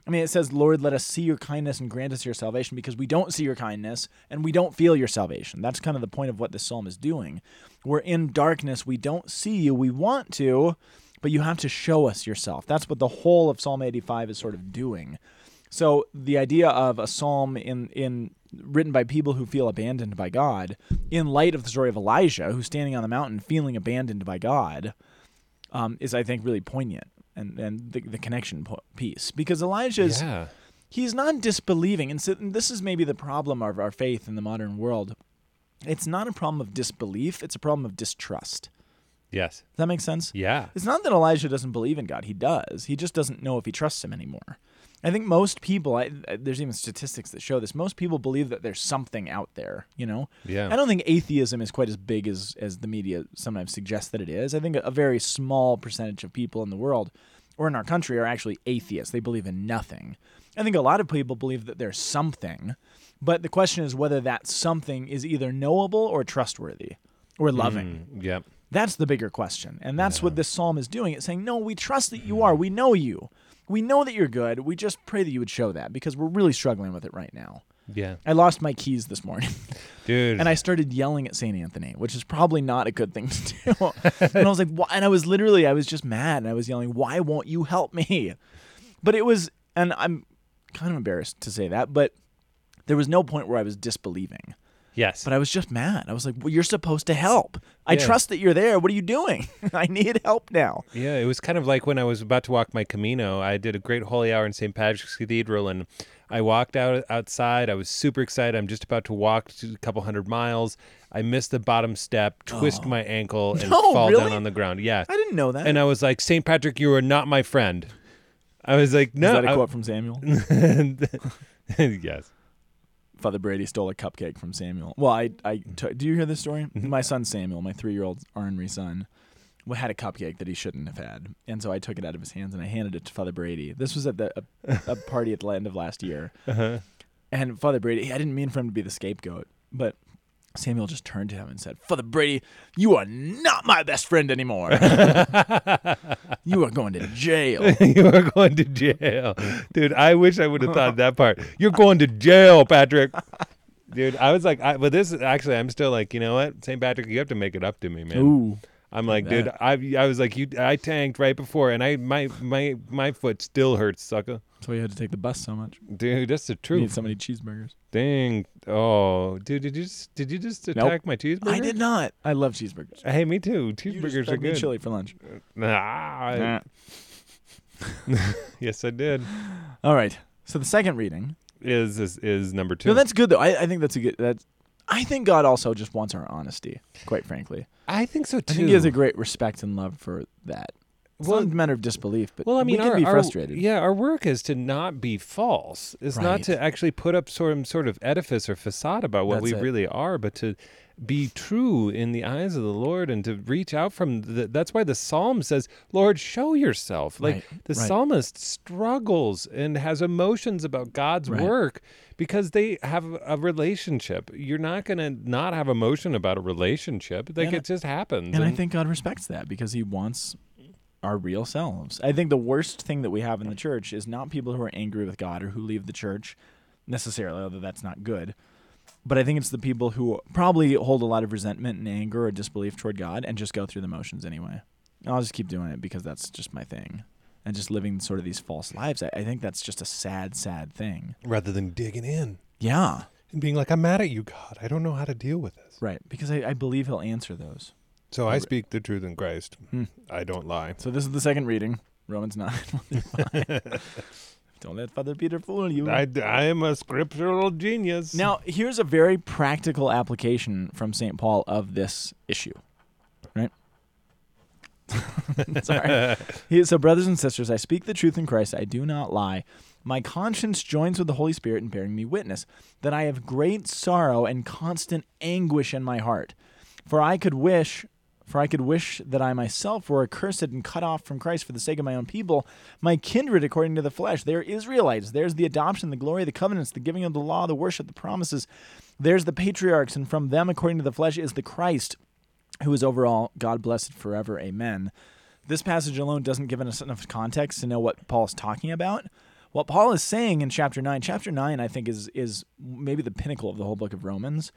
[SPEAKER 1] I mean, it says, Lord, let us see your kindness and grant us your salvation because we don't see your kindness and we don't feel your salvation. That's kind of the point of what this psalm is doing. We're in darkness. We don't see you. We want to, but you have to show us yourself. That's what the whole of Psalm 85 is sort of doing. So the idea of a psalm in in written by people who feel abandoned by God, in light of the story of Elijah, who's standing on the mountain feeling abandoned by God, um, is I think really poignant and and the, the connection po- piece because Elijah is
[SPEAKER 3] Yeah.
[SPEAKER 1] he's not disbelieving, and, so, and this is maybe the problem of our faith in the modern world. It's not a problem of disbelief; it's a problem of distrust.
[SPEAKER 3] Yes.
[SPEAKER 1] Does that make sense?
[SPEAKER 3] Yeah.
[SPEAKER 1] It's not that Elijah doesn't believe in God. He does. He just doesn't know if he trusts him anymore. I think most people, I, I- there's even statistics that show this, most people believe that there's something out there, you know?
[SPEAKER 3] Yeah.
[SPEAKER 1] I don't think atheism is quite as big as, as the media sometimes suggests that it is. I think a, a very small percentage of people in the world or in our country are actually atheists. They believe in nothing. I think a lot of people believe that there's something, but the question is whether that something is either knowable or trustworthy or
[SPEAKER 3] Hmm.
[SPEAKER 1] loving.
[SPEAKER 3] Yep.
[SPEAKER 1] That's the bigger question. And that's what this psalm is doing. It's saying, No, we trust that you are. We know you. We know that you're good. We just pray that you would show that because we're really struggling with it right now.
[SPEAKER 3] Yeah.
[SPEAKER 1] I lost my keys this morning (laughs)
[SPEAKER 3] Dude.
[SPEAKER 1] and I started yelling at St. Anthony, which is probably not a good thing to do. (laughs) and I was like, why? and I was literally, I was just mad and I was yelling, why won't you help me? (laughs) But it was, and I'm kind of embarrassed to say that, but there was no point where I was disbelieving.
[SPEAKER 3] yes.
[SPEAKER 1] But I was just mad. I was like, well, you're supposed to help. I
[SPEAKER 3] Yeah.
[SPEAKER 1] trust that you're there. What are you doing? (laughs) I need help now.
[SPEAKER 3] Yeah, it was kind of like when I was about to walk my Camino. I did a great holy hour in St. Patrick's Cathedral, and I walked out outside. I was super excited. I'm just about to walk to a couple hundred miles. I missed the bottom step, twist my ankle,
[SPEAKER 1] (laughs)
[SPEAKER 3] and
[SPEAKER 1] No,
[SPEAKER 3] fall
[SPEAKER 1] really?
[SPEAKER 3] down on the ground. Yeah,
[SPEAKER 1] I didn't know that.
[SPEAKER 3] and I was like, St. Patrick, you are not my friend. I was like, no.
[SPEAKER 1] Is that a
[SPEAKER 3] I-
[SPEAKER 1] quote from Samuel?
[SPEAKER 3] (laughs) yes.
[SPEAKER 1] Father Brady stole a cupcake from Samuel. Well, I, I t- do you hear this story? My son Samuel, my three-year-old ornery son, w- had a cupcake that he shouldn't have had, and so I took it out of his hands and I handed it to Father Brady. This was at the a, a party at the end of last year, and Father Brady. I didn't mean for him to be the scapegoat, but Samuel just turned to him and said, "Father Brady, you are not my best friend anymore. you are going to jail."
[SPEAKER 3] (laughs) you are going to jail. Dude, I wish I would have thought that part. You're going to jail, Patrick. Dude, I was like, I, but this is actually, I'm still like, you know what, St. Patrick, you have to make it up to me, man.
[SPEAKER 1] Ooh.
[SPEAKER 3] I'm like, dude, I, I was like, you, I tanked right before, and I, my, my, my foot still hurts, sucker.
[SPEAKER 1] So you had to take the bus so much.
[SPEAKER 3] Dude, that's the
[SPEAKER 1] You
[SPEAKER 3] truth.
[SPEAKER 1] need so many cheeseburgers.
[SPEAKER 3] Dang, oh, dude, did you just, did you just attack my cheeseburger?
[SPEAKER 1] I did not. I love cheeseburgers.
[SPEAKER 3] Hey, me too.
[SPEAKER 1] You just
[SPEAKER 3] Cheeseburgers are
[SPEAKER 1] fed me
[SPEAKER 3] good.
[SPEAKER 1] Chili for lunch.
[SPEAKER 3] Ah, I- yes, I did.
[SPEAKER 1] All right. So the second reading.
[SPEAKER 3] Is is, is number two?
[SPEAKER 1] No, that's good though. I, I think that's a good. That's. I think God also just wants our honesty. Quite frankly,
[SPEAKER 3] I think so too.
[SPEAKER 1] I think He has a great respect and love for that. It's
[SPEAKER 3] Well-
[SPEAKER 1] not a matter of disbelief, but
[SPEAKER 3] Well, I mean,
[SPEAKER 1] we can
[SPEAKER 3] our,
[SPEAKER 1] be
[SPEAKER 3] our-
[SPEAKER 1] frustrated.
[SPEAKER 3] yeah, our work is to not be false. It's not
[SPEAKER 1] Right.
[SPEAKER 3] to actually put up some sort of edifice or facade about what
[SPEAKER 1] That's
[SPEAKER 3] we
[SPEAKER 1] it.
[SPEAKER 3] really are, but to be true in the eyes of the Lord and to reach out from. The, that's why the psalm says, "Lord, show yourself." Like
[SPEAKER 1] Right,
[SPEAKER 3] the
[SPEAKER 1] right.
[SPEAKER 3] psalmist struggles and has emotions about God's
[SPEAKER 1] Right.
[SPEAKER 3] work because they have a relationship. You're not going to not have emotion about a relationship. Like
[SPEAKER 1] And I-
[SPEAKER 3] it just happens.
[SPEAKER 1] and I think God respects that because He wants our real selves. I think the worst thing that we have in the church is not people who are angry with God or who leave the church necessarily, although that's not good. But I think it's the people who probably hold a lot of resentment and anger or disbelief toward God and just go through the motions anyway. And I'll just keep doing it because that's just my thing. And just living sort of these false lives. I, I think that's just a sad, sad thing.
[SPEAKER 3] rather than digging in.
[SPEAKER 1] Yeah.
[SPEAKER 3] and being like, I'm mad at you, God. I don't know how to deal with this.
[SPEAKER 1] Right. Because I, I believe he'll answer those.
[SPEAKER 3] So I speak the truth in Christ. I don't lie.
[SPEAKER 1] So this is the second reading, Romans (laughs) 9. Don't let Father Peter fool you.
[SPEAKER 3] I, I am a scriptural genius.
[SPEAKER 1] Now, here's a very practical application from St. Paul of this issue, right? (laughs) Sorry. He- so, brothers and sisters, I speak the truth in Christ. I do not lie. My conscience joins with the Holy Spirit in bearing me witness that I have great sorrow and constant anguish in my heart. For I could wish. For I could wish that I myself were accursed and cut off from Christ for the sake of my own people, my kindred according to the flesh. They are Israelites. There's the adoption, the glory, the covenants, the giving of the law, the worship, the promises. There's the patriarchs, and from them according to the flesh is the Christ who is over all, God blessed forever. Amen. This passage alone doesn't give us enough context to know what Paul's talking about, what Paul is saying in chapter 9, chapter 9 I think is is maybe the pinnacle of the whole book of Romans.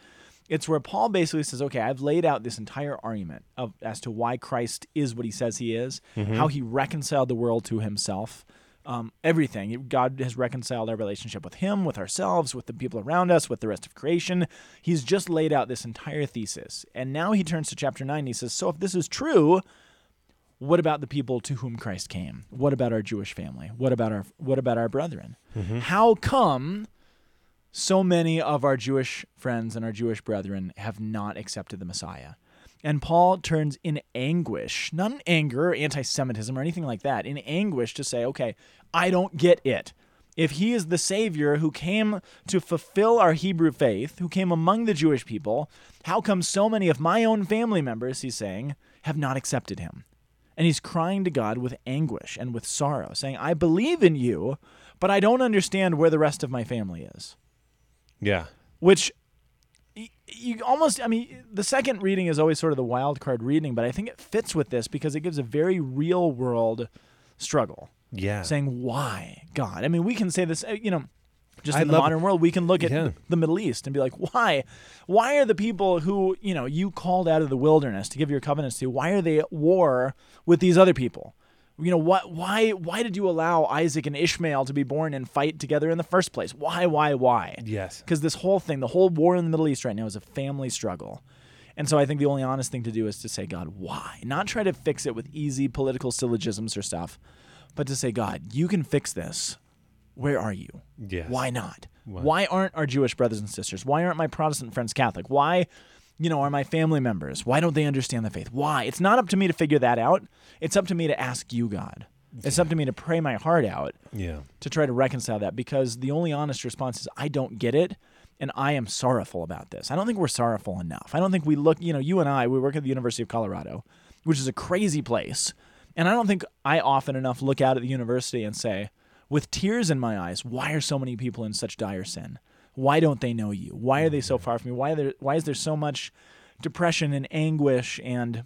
[SPEAKER 1] It's where Paul basically says, "Okay, I've laid out this entire argument of as to why Christ is what he says he is, how he reconciled the world to himself." Um, everything. God has reconciled our relationship with Him, with ourselves, with the people around us, with the rest of creation. He's just laid out this entire thesis. And now he turns to chapter 9 and he says, So if this is true, what about the people to whom Christ came? What about our Jewish family? What about our what about our brethren? How come so many of our Jewish friends and our Jewish brethren have not accepted the Messiah? And Paul turns in anguish, not in anger or anti Semitism or anything like that, in anguish to say, okay, I don't get it. If he is the Savior who came to fulfill our Hebrew faith, who came among the Jewish people, how come so many of my own family members, he's saying, have not accepted him? And he's crying to God with anguish and with sorrow, saying, I believe in you, but I don't understand where the rest of my family is.
[SPEAKER 3] Yeah.
[SPEAKER 1] Which y- you almost, I mean, the second reading is always sort of the wild card reading, but I think it fits with this because it gives a very real world struggle
[SPEAKER 3] Yeah.
[SPEAKER 1] saying, why, God? I mean, we can say this, uh, you know. Just
[SPEAKER 3] I
[SPEAKER 1] in the
[SPEAKER 3] love-
[SPEAKER 1] modern world, we can look at
[SPEAKER 3] Yeah.
[SPEAKER 1] th- the Middle East and be like, why? Why are the people who, you know, you called out of the wilderness to give your covenants to, why are they at war with these other people? You know, what why why did you allow Isaac and Ishmael to be born and fight together in the first place? Why, why, why?
[SPEAKER 3] Yes.
[SPEAKER 1] Because this whole thing, the whole war in the Middle East right now is a family struggle. And so I think the only honest thing to do is to say, God, why? Not try to fix it with easy political syllogisms or stuff, but to say, God, you can fix this. Where are you?
[SPEAKER 3] Yes.
[SPEAKER 1] Why not? Why? aren't our Jewish brothers and sisters? Why aren't my Protestant friends Catholic? Why, you know, are my family members? Why don't they understand the faith? Why? It's not up to me to figure that out. It's up to me to ask you, God. It's up to me to pray my heart out
[SPEAKER 3] Yeah.
[SPEAKER 1] to try to reconcile that because the only honest response is I don't get it and I am sorrowful about this. I don't think we're sorrowful enough. I don't think we look, you know, you and I, we work at the University of Colorado, which is a crazy place. And I don't think I often enough look out at the university and say, with tears in my eyes, why are so many people in such dire sin? Why don't they know you? Why are they so far from you? Why are there, why is there so much depression and anguish and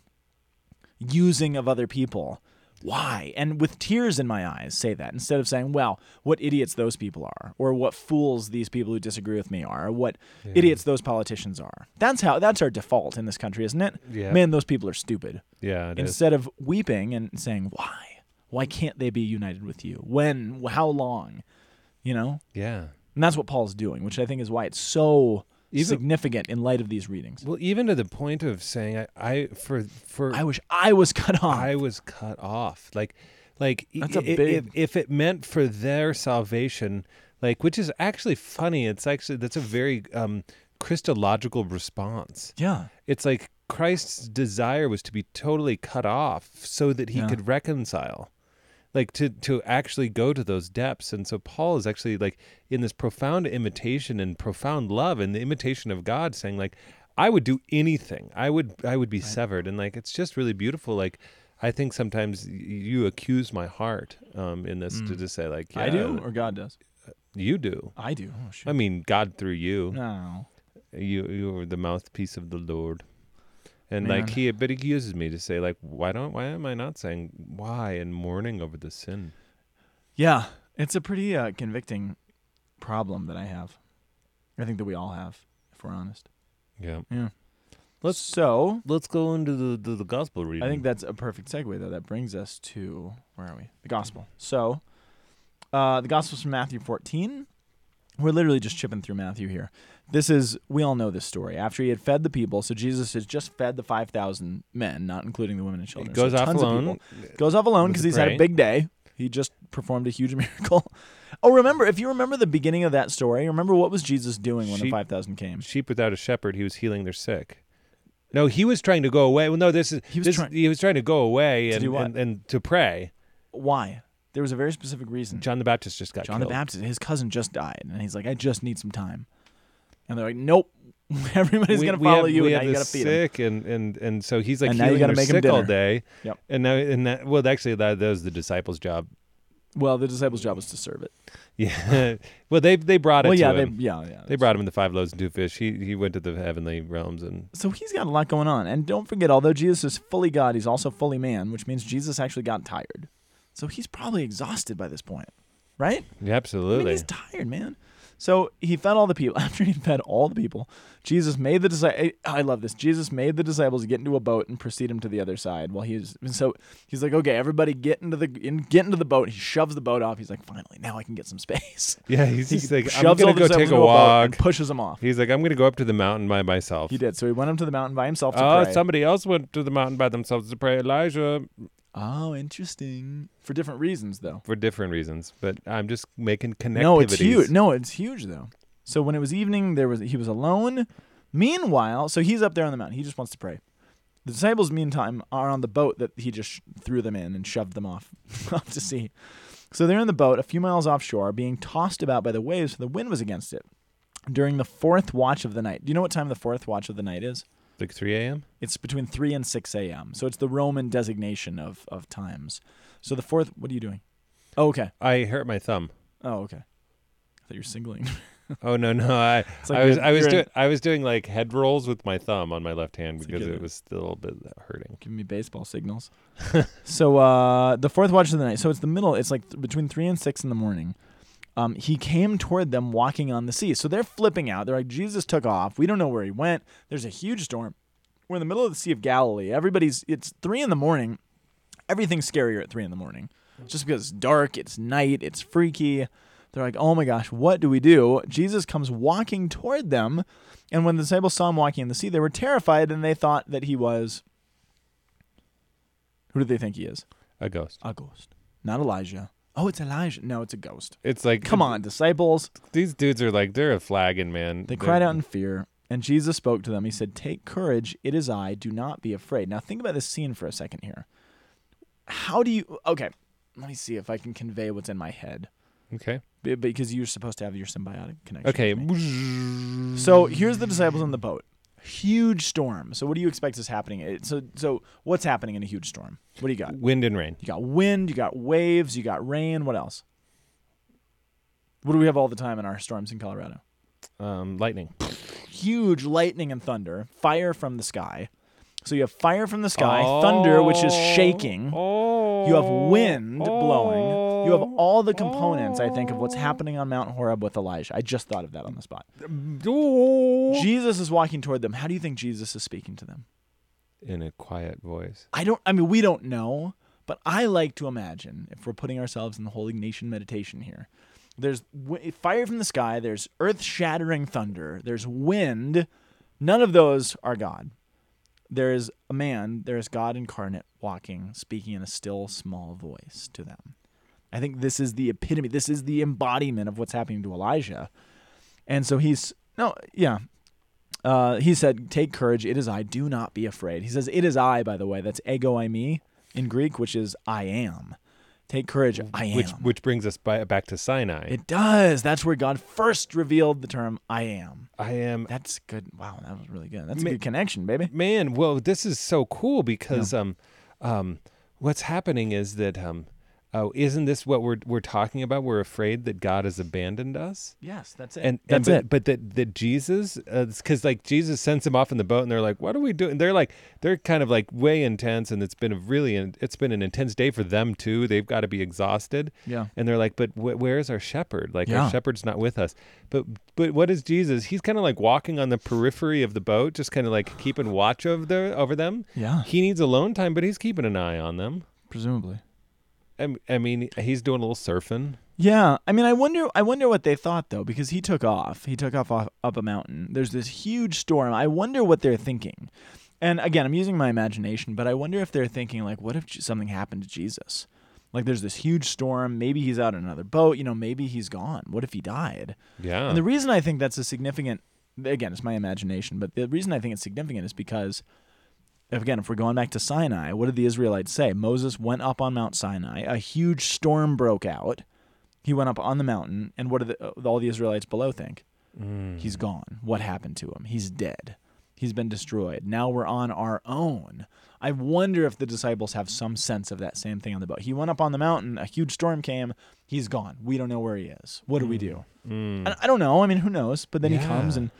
[SPEAKER 1] using of other people. Why? And with tears in my eyes, say that instead of saying, well, what idiots those people are, or what fools these people who disagree with me are, or what idiots those politicians are. That's how, that's our default in this country, isn't it?
[SPEAKER 3] Yeah.
[SPEAKER 1] Man, those people are stupid.
[SPEAKER 3] Yeah. It is.
[SPEAKER 1] Instead of weeping and saying, why? Why can't they be united with you? When? How long? You know?
[SPEAKER 3] Yeah.
[SPEAKER 1] And that's what Paul's doing, which I think is why it's so
[SPEAKER 3] Even-
[SPEAKER 1] significant in light of these readings.
[SPEAKER 3] Well, even to the point of saying I, I for for
[SPEAKER 1] I wish I was cut off.
[SPEAKER 3] I was cut off. Like, like i-
[SPEAKER 1] That's a
[SPEAKER 3] i- if,
[SPEAKER 1] big-
[SPEAKER 3] if it meant for their salvation, like, which is actually funny. It's actually that's a very um, Christological response.
[SPEAKER 1] yeah.
[SPEAKER 3] It's like Christ's desire was to be totally cut off so that he
[SPEAKER 1] Yeah.
[SPEAKER 3] could reconcile. Like to to actually go to those depths, and so Paul is actually like in this profound imitation and profound love and the imitation of God, saying like, "I would do anything. I would I would be severed." And like, it's just really beautiful. Like, I think sometimes y- you accuse my heart um, in this to just say like,
[SPEAKER 1] Mm. I
[SPEAKER 3] yeah,
[SPEAKER 1] do, or God does.
[SPEAKER 3] you do."
[SPEAKER 1] I do. Oh, shit.
[SPEAKER 3] I mean, God through you.
[SPEAKER 1] No.
[SPEAKER 3] you you were the mouthpiece of the Lord. And like
[SPEAKER 1] Man.
[SPEAKER 3] he but he uses me to say, like, why don't why am I not saying why and mourning over the sin?
[SPEAKER 1] Yeah, it's a pretty uh, convicting problem that I have. I think that we all have, if we're honest.
[SPEAKER 3] Yeah.
[SPEAKER 1] Yeah.
[SPEAKER 3] Let's-
[SPEAKER 1] so
[SPEAKER 3] Let's go into the the, the gospel reading.
[SPEAKER 1] I think that's a perfect segue, though. That brings us to where are we? The gospel. So, uh, the gospel's from Matthew 14. We're literally just chipping through Matthew here. This is, we all know this story. After he had fed the people, so Jesus has just fed the 5,000 men, not including the women and children.
[SPEAKER 3] goes
[SPEAKER 1] so
[SPEAKER 3] off
[SPEAKER 1] tons of
[SPEAKER 3] alone.
[SPEAKER 1] people. Goes off alone
[SPEAKER 3] With
[SPEAKER 1] because
[SPEAKER 3] the
[SPEAKER 1] he's had a
[SPEAKER 3] prey.
[SPEAKER 1] big day. He just performed a huge (laughs) miracle. Oh, remember, if you remember the beginning of that story, remember what was Jesus doing when the
[SPEAKER 3] Sheep-
[SPEAKER 1] 5,000 came?
[SPEAKER 3] Sheep without a shepherd, he was healing their sick. No, he was trying to go away. Well, no, this is
[SPEAKER 1] He was
[SPEAKER 3] this-
[SPEAKER 1] trying-
[SPEAKER 3] he was trying to go away and,
[SPEAKER 1] do what?
[SPEAKER 3] and and to pray.
[SPEAKER 1] Why? There was a very specific reason.
[SPEAKER 3] John the Baptist just got
[SPEAKER 1] Hmm. John
[SPEAKER 3] killed.
[SPEAKER 1] the Baptist, his cousin just died, and he's like, I just need some time. And they're like, Nope, (laughs) everybody's
[SPEAKER 3] we-
[SPEAKER 1] gonna
[SPEAKER 3] we have-
[SPEAKER 1] follow you,
[SPEAKER 3] we
[SPEAKER 1] and now
[SPEAKER 3] have
[SPEAKER 1] you
[SPEAKER 3] the
[SPEAKER 1] gotta feed him.
[SPEAKER 3] sick, and and and so he's like
[SPEAKER 1] And now you
[SPEAKER 3] healing
[SPEAKER 1] gotta
[SPEAKER 3] their
[SPEAKER 1] make 'em
[SPEAKER 3] sick all
[SPEAKER 1] dinner.
[SPEAKER 3] day.
[SPEAKER 1] Yep.
[SPEAKER 3] And now and that well, actually, that, that was the disciples' job.
[SPEAKER 1] Well, the disciples' job was to serve it.
[SPEAKER 3] Yeah. (laughs) well, they they brought it.
[SPEAKER 1] well, yeah,
[SPEAKER 3] to
[SPEAKER 1] they,
[SPEAKER 3] him.
[SPEAKER 1] yeah, yeah.
[SPEAKER 3] They brought him the five loaves and two fish. He he went to the heavenly realms and
[SPEAKER 1] so he's got a lot going on, and don't forget, although Jesus is fully God, he's also fully man, which means Jesus actually got tired. So he's probably exhausted by this point. right? I mean,
[SPEAKER 3] Absolutely.
[SPEAKER 1] he's tired, man. So he fed all the people. (laughs) After he fed all the people, Jesus made the disciples. I love this. Jesus made the disciples get into a boat and precede him to the other side. While he's so he's like, okay, everybody get into the in, get into the boat. He shoves the boat off. He's like, finally, now I can get some space. (laughs)
[SPEAKER 3] yeah, he's
[SPEAKER 1] He
[SPEAKER 3] just like, I'm
[SPEAKER 1] shoves all the
[SPEAKER 3] going to go
[SPEAKER 1] disciples
[SPEAKER 3] take
[SPEAKER 1] into boat
[SPEAKER 3] a walk.
[SPEAKER 1] and pushes them off.
[SPEAKER 3] He's like, I'm going to go up to the mountain by myself.
[SPEAKER 1] He did. So he went up to the mountain by himself to
[SPEAKER 3] Oh,
[SPEAKER 1] pray.
[SPEAKER 3] somebody else went to the mountain by themselves to pray. Elijah,
[SPEAKER 1] oh, interesting. For different reasons, though.
[SPEAKER 3] for different reasons, but I'm just making connectivities.
[SPEAKER 1] No, it's huge. No, it's huge though. So when it was evening, there was he was alone. Meanwhile, so he's up there on the mountain. He just wants to pray. The disciples, meantime, are on the boat that he just sh- threw them in and shoved them off (laughs) off to sea. So they're in the boat a few miles offshore, being tossed about by the waves, for the wind was against it. During the fourth watch of the night, do you know what time the fourth watch of the night is?
[SPEAKER 3] Like 3 a.m.
[SPEAKER 1] It's between three and six a.m. So it's the Roman designation of of times. So the fourth. What are you doing? Oh, okay.
[SPEAKER 3] I hurt my thumb.
[SPEAKER 1] Oh, okay. I thought you were singling. (laughs)
[SPEAKER 3] Oh no no I
[SPEAKER 1] It's like
[SPEAKER 3] I was
[SPEAKER 1] you're-
[SPEAKER 3] I was
[SPEAKER 1] you're in-
[SPEAKER 3] doing I was doing like head rolls with my thumb on my left hand
[SPEAKER 1] It's like
[SPEAKER 3] because
[SPEAKER 1] you're
[SPEAKER 3] it
[SPEAKER 1] the-
[SPEAKER 3] was still a bit hurting.
[SPEAKER 1] giving me baseball signals. (laughs) so uh, the fourth watch of the night. So it's the middle. It's like th- between three and six in the morning. Um, he came toward them walking on the sea. So they're flipping out. They're like, Jesus took off. We don't know where he went. There's a huge storm. We're in the middle of the Sea of Galilee. Everybody's. It's three in the morning. Everything's scarier at three in the morning, just because it's dark. It's night. It's freaky. They're like, oh my gosh, what do we do? Jesus comes walking toward them. And when the disciples saw him walking in the sea, they were terrified and they thought that he was who do they think he is?
[SPEAKER 3] A ghost.
[SPEAKER 1] A ghost. Not Elijah. Oh, it's Elijah. No, it's a ghost.
[SPEAKER 3] It's like
[SPEAKER 1] Come on, disciples.
[SPEAKER 3] These dudes are like they're a flagging man.
[SPEAKER 1] They
[SPEAKER 3] They're-
[SPEAKER 1] cried out in fear, and Jesus spoke to them. He said, Take courage. It is I. Do not be afraid. Now, think about this scene for a second here. How do you. Okay, let me see if I can convey what's in my head.
[SPEAKER 3] Okay.
[SPEAKER 1] Be- Because you're supposed to have your symbiotic connection.
[SPEAKER 3] Okay.
[SPEAKER 1] with me. So here's the disciples on the boat. Huge storm. So what do you expect is happening? It- So so what's happening in a huge storm? What do you got?
[SPEAKER 3] Wind and rain.
[SPEAKER 1] You got wind, you got waves, you got rain. What else? What do we have all the time in our storms in Colorado?
[SPEAKER 3] Um lightning.
[SPEAKER 1] Huge lightning and thunder, fire from the sky. So you have fire from the sky, thunder, which is shaking.
[SPEAKER 3] Oh.
[SPEAKER 1] You have wind blowing. You have all the components, I think, of what's happening on Mount Horeb with Elijah. I just thought of that on the spot. Jesus is walking toward them. How do you think Jesus is speaking to them?
[SPEAKER 3] in a quiet voice.
[SPEAKER 1] I don't I mean we don't know, but I like to imagine if we're putting ourselves in the whole Ignatian meditation here. There's w- fire from the sky, there's earth-shattering thunder, there's wind. None of those are God. There is a man, there is God incarnate walking, speaking in a still small voice to them. I think this is the epitome. This is the embodiment of what's happening to Elijah. And so he's no, yeah, uh, he said, "Take courage, it is I. Do not be afraid." He says, "It is I." By the way, that's ego I me in Greek, which is "I am." Take courage, I am.
[SPEAKER 3] Which which brings us by, back to Sinai.
[SPEAKER 1] it does. That's where God first revealed the term "I am."
[SPEAKER 3] I am
[SPEAKER 1] That's good. Wow, that was really good. That's
[SPEAKER 3] Ma-
[SPEAKER 1] a good connection, baby.
[SPEAKER 3] man well this is so cool because um um what's happening is that um oh isn't this what we're we're talking about we're afraid that god has abandoned us
[SPEAKER 1] Yes, that's it.
[SPEAKER 3] and, and
[SPEAKER 1] that's
[SPEAKER 3] but,
[SPEAKER 1] it.
[SPEAKER 3] but that that jesus because like jesus sends them off in the boat and they're like what are we doing they're like they're kind of like way intense and it's been a really in- it's been an intense day for them too they've got to be exhausted
[SPEAKER 1] Yeah.
[SPEAKER 3] and they're like but wh- where is our shepherd like
[SPEAKER 1] Yeah.
[SPEAKER 3] our shepherd's not with us but but what is jesus he's kind of like walking on the periphery of the boat just kind of like keeping watch over the over them
[SPEAKER 1] Yeah.
[SPEAKER 3] he needs alone time but he's keeping an eye on them
[SPEAKER 1] Presumably.
[SPEAKER 3] i, I mean he's doing a little surfing
[SPEAKER 1] Yeah, I mean, I wonder, I wonder what they thought though, because he took off. He took off, off up a mountain. There's this huge storm. I wonder what they're thinking. And again, I'm using my imagination, but I wonder if they're thinking like, what if Je- something happened to Jesus? Like, there's this huge storm. Maybe he's out on another boat. You know, maybe he's gone. What if he died?
[SPEAKER 3] yeah
[SPEAKER 1] And the reason I think that's a significant, again, it's my imagination, but the reason I think it's significant is because, again, if we're going back to Sinai, what did the Israelites say? Moses went up on Mount Sinai, a huge storm broke out. He went up on the mountain, and what do the, uh, all the Israelites below think? He's gone. What happened to him? He's dead. He's been destroyed. Now we're on our own. I wonder if the disciples have some sense of that same thing on the boat. He went up on the mountain, a huge storm came, he's gone. We don't know where he is. What do we do? I, I don't know. I mean, who knows? But then he comes
[SPEAKER 3] Mm. Yeah.
[SPEAKER 1] and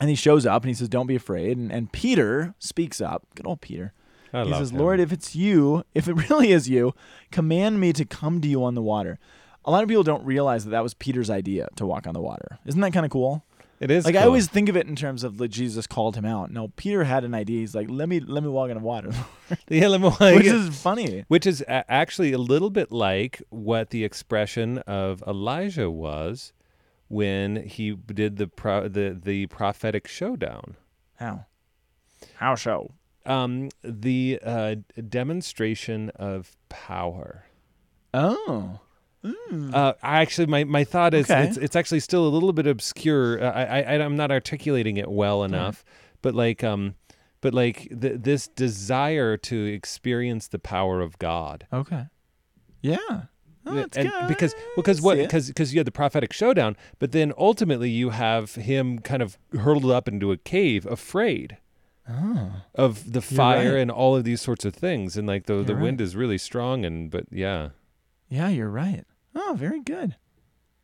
[SPEAKER 1] and he shows up and he says, "Don't be afraid." And, and Peter speaks up. Good old Peter.
[SPEAKER 3] I
[SPEAKER 1] he
[SPEAKER 3] love
[SPEAKER 1] says, (laughs)
[SPEAKER 3] him.
[SPEAKER 1] "Lord, if it's you, if it really is you, command me to come to you on the water." a lot of people don't realize that that was Peter's idea to walk on the water. Isn't that kind of cool?
[SPEAKER 3] It is
[SPEAKER 1] like I
[SPEAKER 3] cool.
[SPEAKER 1] always think of it in terms of like Jesus called him out. No, Peter had an idea. He's like, let me let me walk on the water,
[SPEAKER 3] (laughs)
[SPEAKER 1] (laughs)
[SPEAKER 3] yeah, let me- (laughs)
[SPEAKER 1] which is funny.
[SPEAKER 3] which is a- actually a little bit like what the expression of Elijah was when he did the pro- the the prophetic showdown.
[SPEAKER 1] How? How so?
[SPEAKER 3] Um, the uh, demonstration of power.
[SPEAKER 1] Oh,
[SPEAKER 3] Uh, I actually, my, my thought is
[SPEAKER 1] Okay.
[SPEAKER 3] it's it's actually still a little bit obscure. Uh, I, I I'm not articulating it well enough, but like um, but like th- this desire to experience the power of God.
[SPEAKER 1] okay, yeah. Oh, that's
[SPEAKER 3] and
[SPEAKER 1] good.
[SPEAKER 3] because because what
[SPEAKER 1] See it?
[SPEAKER 3] because because you had the prophetic showdown, but then ultimately you have him kind of hurled up into a cave, afraid
[SPEAKER 1] Oh,
[SPEAKER 3] of the fire
[SPEAKER 1] right.
[SPEAKER 3] and all of these sorts of things, and like the the
[SPEAKER 1] You're
[SPEAKER 3] wind is really strong, and but yeah,
[SPEAKER 1] Yeah, you're right. Oh, very good.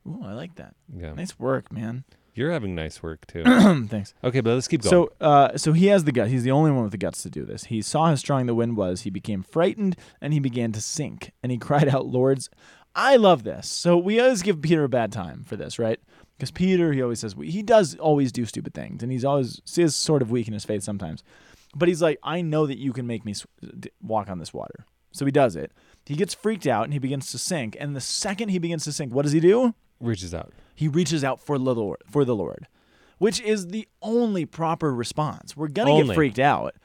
[SPEAKER 1] Ooh, I like that.
[SPEAKER 3] yeah,
[SPEAKER 1] Nice work, man. (clears throat)
[SPEAKER 3] you're having nice work
[SPEAKER 1] (coughs)
[SPEAKER 3] too.
[SPEAKER 1] Thanks.
[SPEAKER 3] okay, but let's keep going.
[SPEAKER 1] So, uh, so he has the gut. He's the only one with the guts to do this. He saw how strong the wind was. He became frightened and he began to sink. And he (laughs) cried out, "Lords, I love this." So we always give Peter a bad time for this, right? Because Peter, he always says he does always do stupid things, and he's always is sort of weak in his faith sometimes. But he's like, "I know that you can make me sw- d- walk on this water." So he does it. He gets freaked out and he begins to sink. And the second he begins to sink, what does he do?
[SPEAKER 3] reaches out.
[SPEAKER 1] he reaches out for the Lord, for the Lord, which is the only proper response. We're gonna
[SPEAKER 3] Only.
[SPEAKER 1] get freaked out.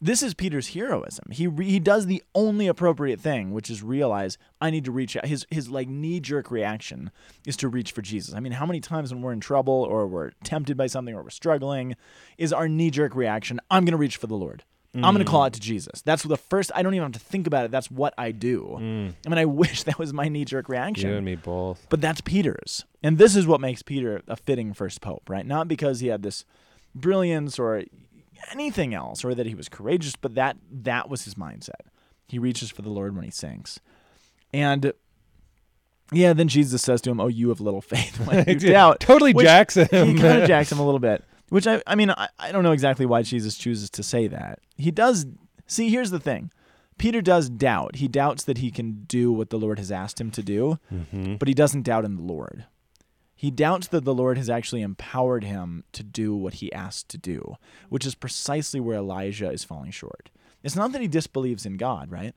[SPEAKER 1] This is Peter's heroism. He re- he does the only appropriate thing, which is realize I need to reach out. His his like knee jerk reaction is to reach for Jesus. I mean, how many times when we're in trouble or we're tempted by something or we're struggling, is our knee jerk reaction? I'm gonna reach for the Lord. I'm gonna
[SPEAKER 3] Mm.
[SPEAKER 1] call out to Jesus. That's the first. I don't even have to think about it. That's what I do. I mean, I (laughs) wish that was my knee jerk reaction.
[SPEAKER 3] Mm. You and me both.
[SPEAKER 1] But that's Peter's. And this is what makes Peter a fitting first pope, right? Not because he had this brilliance or anything else or that he was courageous, but that that was his mindset. He reaches for the Lord when he sinks. And yeah, then Jesus says to him, "Oh, you have little (laughs) faith." When you
[SPEAKER 3] (laughs) Dude,
[SPEAKER 1] doubt,
[SPEAKER 3] totally
[SPEAKER 1] which
[SPEAKER 3] jacks him.
[SPEAKER 1] (laughs) He kind
[SPEAKER 3] (laughs)
[SPEAKER 1] of jacks him a little bit. Which I, I mean, I, I don't know exactly why Jesus chooses to say that. He does. See, here's the thing: Peter does doubt. He doubts that he can do what the Lord has asked him to do, but he doesn't doubt in the Lord. He doubts that the Lord has actually empowered him to do what he asked to do, which is precisely where Elijah is falling short. It's not that he disbelieves in God, right?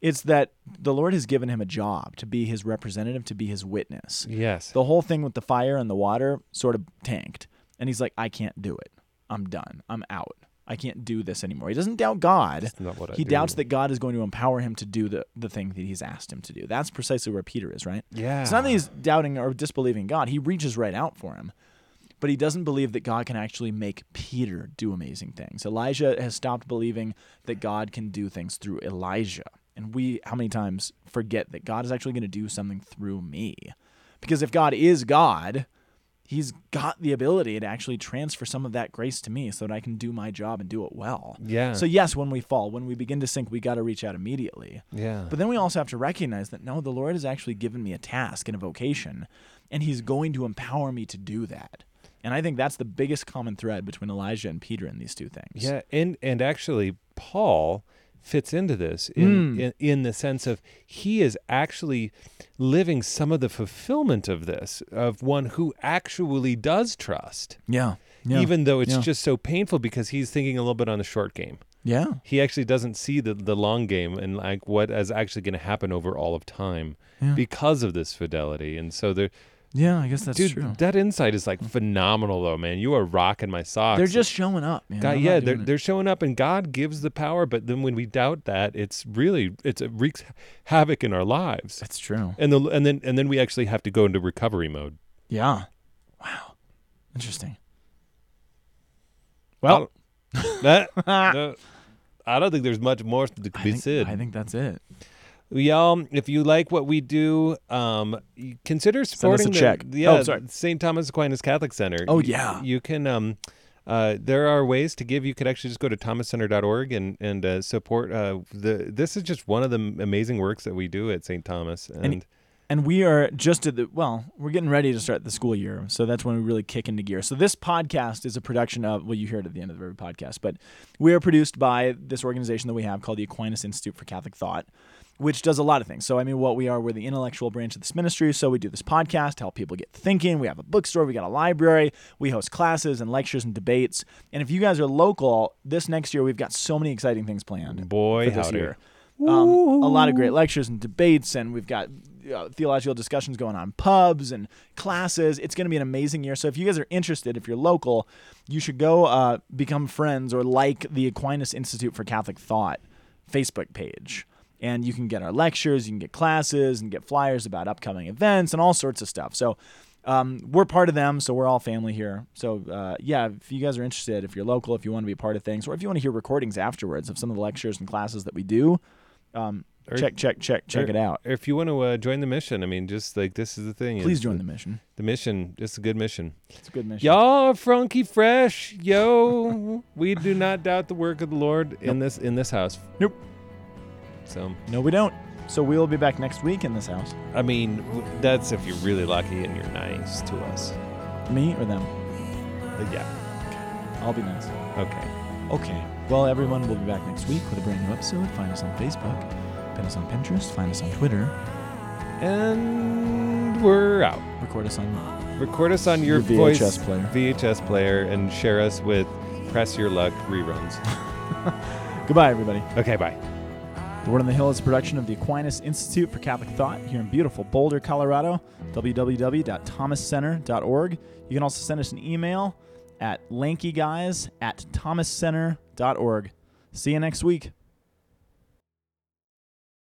[SPEAKER 1] It's that the Lord has given him a job to be his representative, to be his witness.
[SPEAKER 3] Yes.
[SPEAKER 1] The whole thing with the fire and the water sort of tanked. And he's like, I can't do it. I'm done. I'm out. I can't do this anymore. He doesn't doubt God.
[SPEAKER 3] not what I
[SPEAKER 1] he doubts
[SPEAKER 3] do.
[SPEAKER 1] that God is going to empower him to do the, the thing that he's asked him to do. That's precisely where Peter is, right?
[SPEAKER 3] Yeah.
[SPEAKER 1] It's not that he's doubting or disbelieving God. He reaches right out for him. But he doesn't believe that God can actually make Peter do amazing things. Elijah has stopped believing that God can do things through Elijah. And we, how many times, forget that God is actually going to do something through me? Because if God is God, he's got the ability to actually transfer some of that grace to me so that I can do my job and do it well.
[SPEAKER 3] Yeah.
[SPEAKER 1] So, yes, when we fall, when we begin to sink, we got to reach out immediately.
[SPEAKER 3] yeah.
[SPEAKER 1] But then we also have to recognize that no, the Lord has actually given me a task and a vocation, and He's going to empower me to do that. And I think that's the biggest common thread between Elijah and Peter in these two things.
[SPEAKER 3] Yeah, and and actually Paul fits into this
[SPEAKER 1] Hmm.
[SPEAKER 3] in, in in the sense of he is actually living some of the fulfillment of this of one who actually does trust.
[SPEAKER 1] Yeah. Yeah.
[SPEAKER 3] Even though it's
[SPEAKER 1] Yeah.
[SPEAKER 3] just so painful because he's thinking a little bit on the short game.
[SPEAKER 1] yeah.
[SPEAKER 3] He actually doesn't see the, the long game and like what is actually going to happen over all of time
[SPEAKER 1] Yeah.
[SPEAKER 3] because of this fidelity. And so there
[SPEAKER 1] Yeah. I guess that's
[SPEAKER 3] dude,
[SPEAKER 1] true.
[SPEAKER 3] that insight is like phenomenal though, man. You are rocking my socks.
[SPEAKER 1] They're just showing up, man.
[SPEAKER 3] God,
[SPEAKER 1] I'm not
[SPEAKER 3] yeah,
[SPEAKER 1] doing
[SPEAKER 3] they're,
[SPEAKER 1] it.
[SPEAKER 3] they're showing up, and God gives the power. But then when we doubt that, it's really it's it wreaks havoc in our lives,
[SPEAKER 1] That's true.
[SPEAKER 3] and the and then and then we actually have to go into recovery mode.
[SPEAKER 1] Yeah. Wow. Interesting.
[SPEAKER 3] Well,
[SPEAKER 1] Well, (laughs)
[SPEAKER 3] that, no, I don't think there's much more that could
[SPEAKER 1] I
[SPEAKER 3] be
[SPEAKER 1] think,
[SPEAKER 3] said.
[SPEAKER 1] I think that's it.
[SPEAKER 3] Y'all, if you like what we do, um, y- consider
[SPEAKER 1] us a
[SPEAKER 3] supporting
[SPEAKER 1] check.
[SPEAKER 3] the yeah,
[SPEAKER 1] Oh, sorry.
[SPEAKER 3] St. Thomas Aquinas Catholic Center.
[SPEAKER 1] Oh,
[SPEAKER 3] Y-
[SPEAKER 1] yeah.
[SPEAKER 3] you can. Um, uh, there are ways to give. You could actually just go to thomascenter.org and and uh, support. Uh, the this is just one of the m- amazing works that we do at St. Thomas, and,
[SPEAKER 1] and we are just at the well we're getting ready to start the school year so that's when we really kick into gear so this podcast is a production of well you hear it at the end of every podcast but we are produced by this organization that we have called the aquinas institute for catholic thought which does a lot of things so i mean what we are we're the intellectual branch of this ministry so we do this podcast help people get thinking we have a bookstore we got a library we host classes and lectures and debates and if you guys are local this next year we've got so many exciting things planned
[SPEAKER 3] Boy,
[SPEAKER 1] for this
[SPEAKER 3] howdy.
[SPEAKER 1] year um, a lot of great lectures and debates, and we've got uh, theological discussions going on, pubs and classes. It's going to be an amazing year. So if you guys are interested, if you're local, you should go uh, become friends or like the Aquinas Institute for Catholic Thought Facebook page. And you can get our lectures, you can get classes, and get flyers about upcoming events and all sorts of stuff. So um, we're part of them, so we're all family here. So uh, yeah, if you guys are interested, if you're local, if you want to be a part of things, or if you want to hear recordings afterwards of some of the lectures and classes that we do, um,
[SPEAKER 3] Or-
[SPEAKER 1] check, check, check, check
[SPEAKER 3] or-
[SPEAKER 1] it out.
[SPEAKER 3] Or if you want to uh, join the mission, I mean, just like this is the thing.
[SPEAKER 1] Please
[SPEAKER 3] is
[SPEAKER 1] join the mission.
[SPEAKER 3] The mission, just a good mission.
[SPEAKER 1] It's a good mission.
[SPEAKER 3] Y'all are funky fresh, yo. we do not doubt the work of the Lord in this in this house.
[SPEAKER 1] Nope.
[SPEAKER 3] So,
[SPEAKER 1] No, we don't. So we'll be back next week in this house.
[SPEAKER 3] I mean, w- that's if you're really lucky and you're nice to us.
[SPEAKER 1] Me or them?
[SPEAKER 3] But yeah.
[SPEAKER 1] I'll be nice.
[SPEAKER 3] Okay.
[SPEAKER 1] Okay. Well, everyone, we'll be back next week with a brand new episode. Find us on Facebook, pin us on Pinterest, find us on Twitter,
[SPEAKER 3] And we're out.
[SPEAKER 1] record us on.
[SPEAKER 3] Record us on your,
[SPEAKER 1] Your VHS
[SPEAKER 3] voice
[SPEAKER 1] player.
[SPEAKER 3] VHS player and share us with Press Your Luck reruns.
[SPEAKER 1] Goodbye, everybody.
[SPEAKER 3] okay, bye.
[SPEAKER 1] The Word on the Hill is a production of the Aquinas Institute for Catholic Thought here in beautiful Boulder, Colorado, www.thomascenter.org. You can also send us an email at lankyguys at thomascenter.org. See you next week.